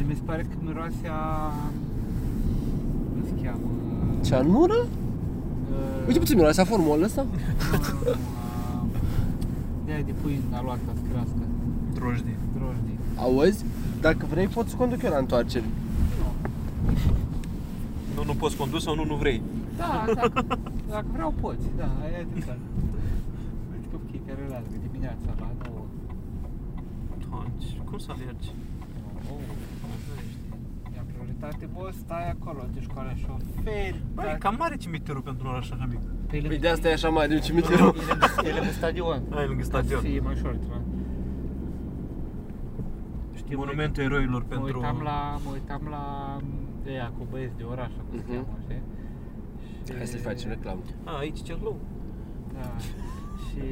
Speaker 2: Mi se pare că miroase a... Cum se cheamă?
Speaker 1: Ceanură?
Speaker 2: Uh,
Speaker 1: Uite puțin, miroase a formol ăsta?
Speaker 2: nu, a- De aia de pui a luat ca să crească.
Speaker 3: Drojdie.
Speaker 2: Drojdii.
Speaker 1: Auzi? Dacă vrei, pot să conduc eu la întoarcere.
Speaker 3: Nu, nu poți conduce sau nu, nu vrei.
Speaker 2: Da, dacă, dacă vreau poți, da, aia e adevărat. Deci că fiecare las de dimineața la 9.
Speaker 3: Atunci, cum să alergi?
Speaker 2: Ia prioritate, boss, stai acolo, deci de școală șoferi.
Speaker 3: Băi, e cam mare cimitirul pentru un oraș așa mic.
Speaker 1: Păi de asta e așa mare, în
Speaker 2: e
Speaker 1: cimitirul.
Speaker 2: e lângă stadion.
Speaker 3: Ai lângă
Speaker 2: Ca să
Speaker 3: stadion.
Speaker 2: fie mai short, mă. Știi, mă uit-
Speaker 3: Monumentul eroilor
Speaker 2: mă
Speaker 3: pentru...
Speaker 2: uitam la, mă uitam la m, de aia cu băieți de oraș, cum se
Speaker 1: Mhm.
Speaker 2: cheamă, știi? Și-
Speaker 1: Hai să-i facem reclamă.
Speaker 3: A, aici ce lou.
Speaker 2: Da. Și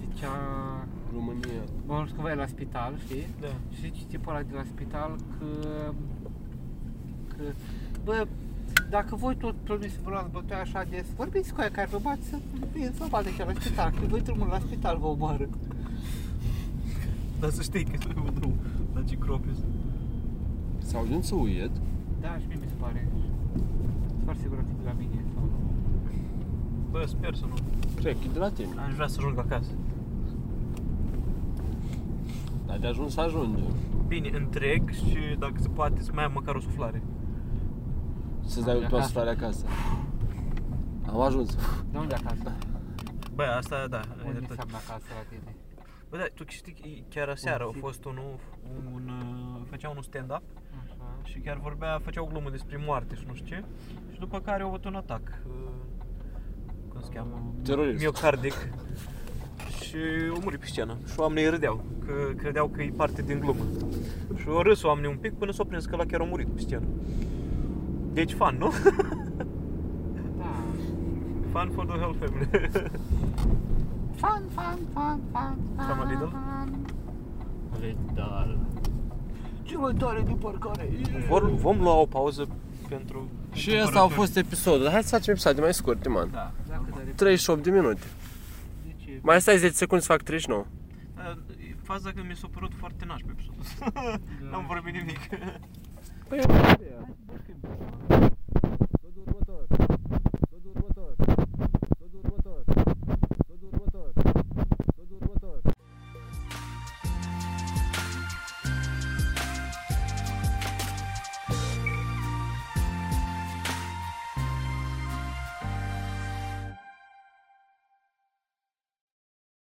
Speaker 2: zicea...
Speaker 1: România.
Speaker 2: Mă urc cumva e la spital, știi?
Speaker 3: Da.
Speaker 2: Și zice tipul ăla de la spital că... că bă, dacă voi tot promis să vă luați bătoia așa des, vorbiți cu aia care vă bați să vin să vă bate chiar la spital, că voi drumul la spital vă omoară.
Speaker 3: Dar să știi că nu e un drum la Cicropis.
Speaker 1: S-a ajuns să uiet.
Speaker 2: Da, și mie mi se pare. Sunt foarte sigur că e de la mine sau nu.
Speaker 3: Bă, sper să nu.
Speaker 1: Cred că e de la tine.
Speaker 3: Aș vrea să ajung acasă.
Speaker 1: Dar de ajuns să ajunge.
Speaker 3: Bine, întreg și dacă se poate să mai am măcar o suflare.
Speaker 1: Să-ți dai
Speaker 2: De
Speaker 1: toată
Speaker 2: acasă.
Speaker 1: suflarea acasă. Am ajuns.
Speaker 2: De unde acasă?
Speaker 3: Bă, asta da, ai
Speaker 2: Unde
Speaker 3: dreptate.
Speaker 2: înseamnă acasă la tine?
Speaker 3: Bă, da, tu știi că e- chiar aseară a
Speaker 2: Bun,
Speaker 3: fost unul, un, uh, făcea unul stand-up
Speaker 2: Așa.
Speaker 3: și chiar vorbea, făcea o glumă despre moarte și nu știu ce și după care a avut un atac, uh, cum se cheamă,
Speaker 1: Terorist.
Speaker 3: miocardic și a murit pe scenă și oamenii râdeau, că credeau că e parte din glumă și au râs oamenii un pic până s-au prins că la chiar a murit pe scenă. Deci fan, nu?
Speaker 2: Da.
Speaker 3: fan for the whole family.
Speaker 2: Fan, fan, fan, fan,
Speaker 3: Cam
Speaker 2: fan.
Speaker 3: da? la Lidl?
Speaker 2: Lidl. Ce mai tare din parcare.
Speaker 3: Vor, vom lua o pauză pentru...
Speaker 1: Și ăsta a fost episodul. Hai să facem episoade mai scurte, man.
Speaker 3: Da.
Speaker 2: Dacă dar de
Speaker 1: 38 de minute.
Speaker 2: ce?
Speaker 1: Mai stai 10 secunde să fac 39.
Speaker 3: Uh, Faza că mi s-a părut foarte Da. naș pe episodul ăsta. N-am vorbit nimic.
Speaker 1: Păi,
Speaker 2: Hai să vorbim.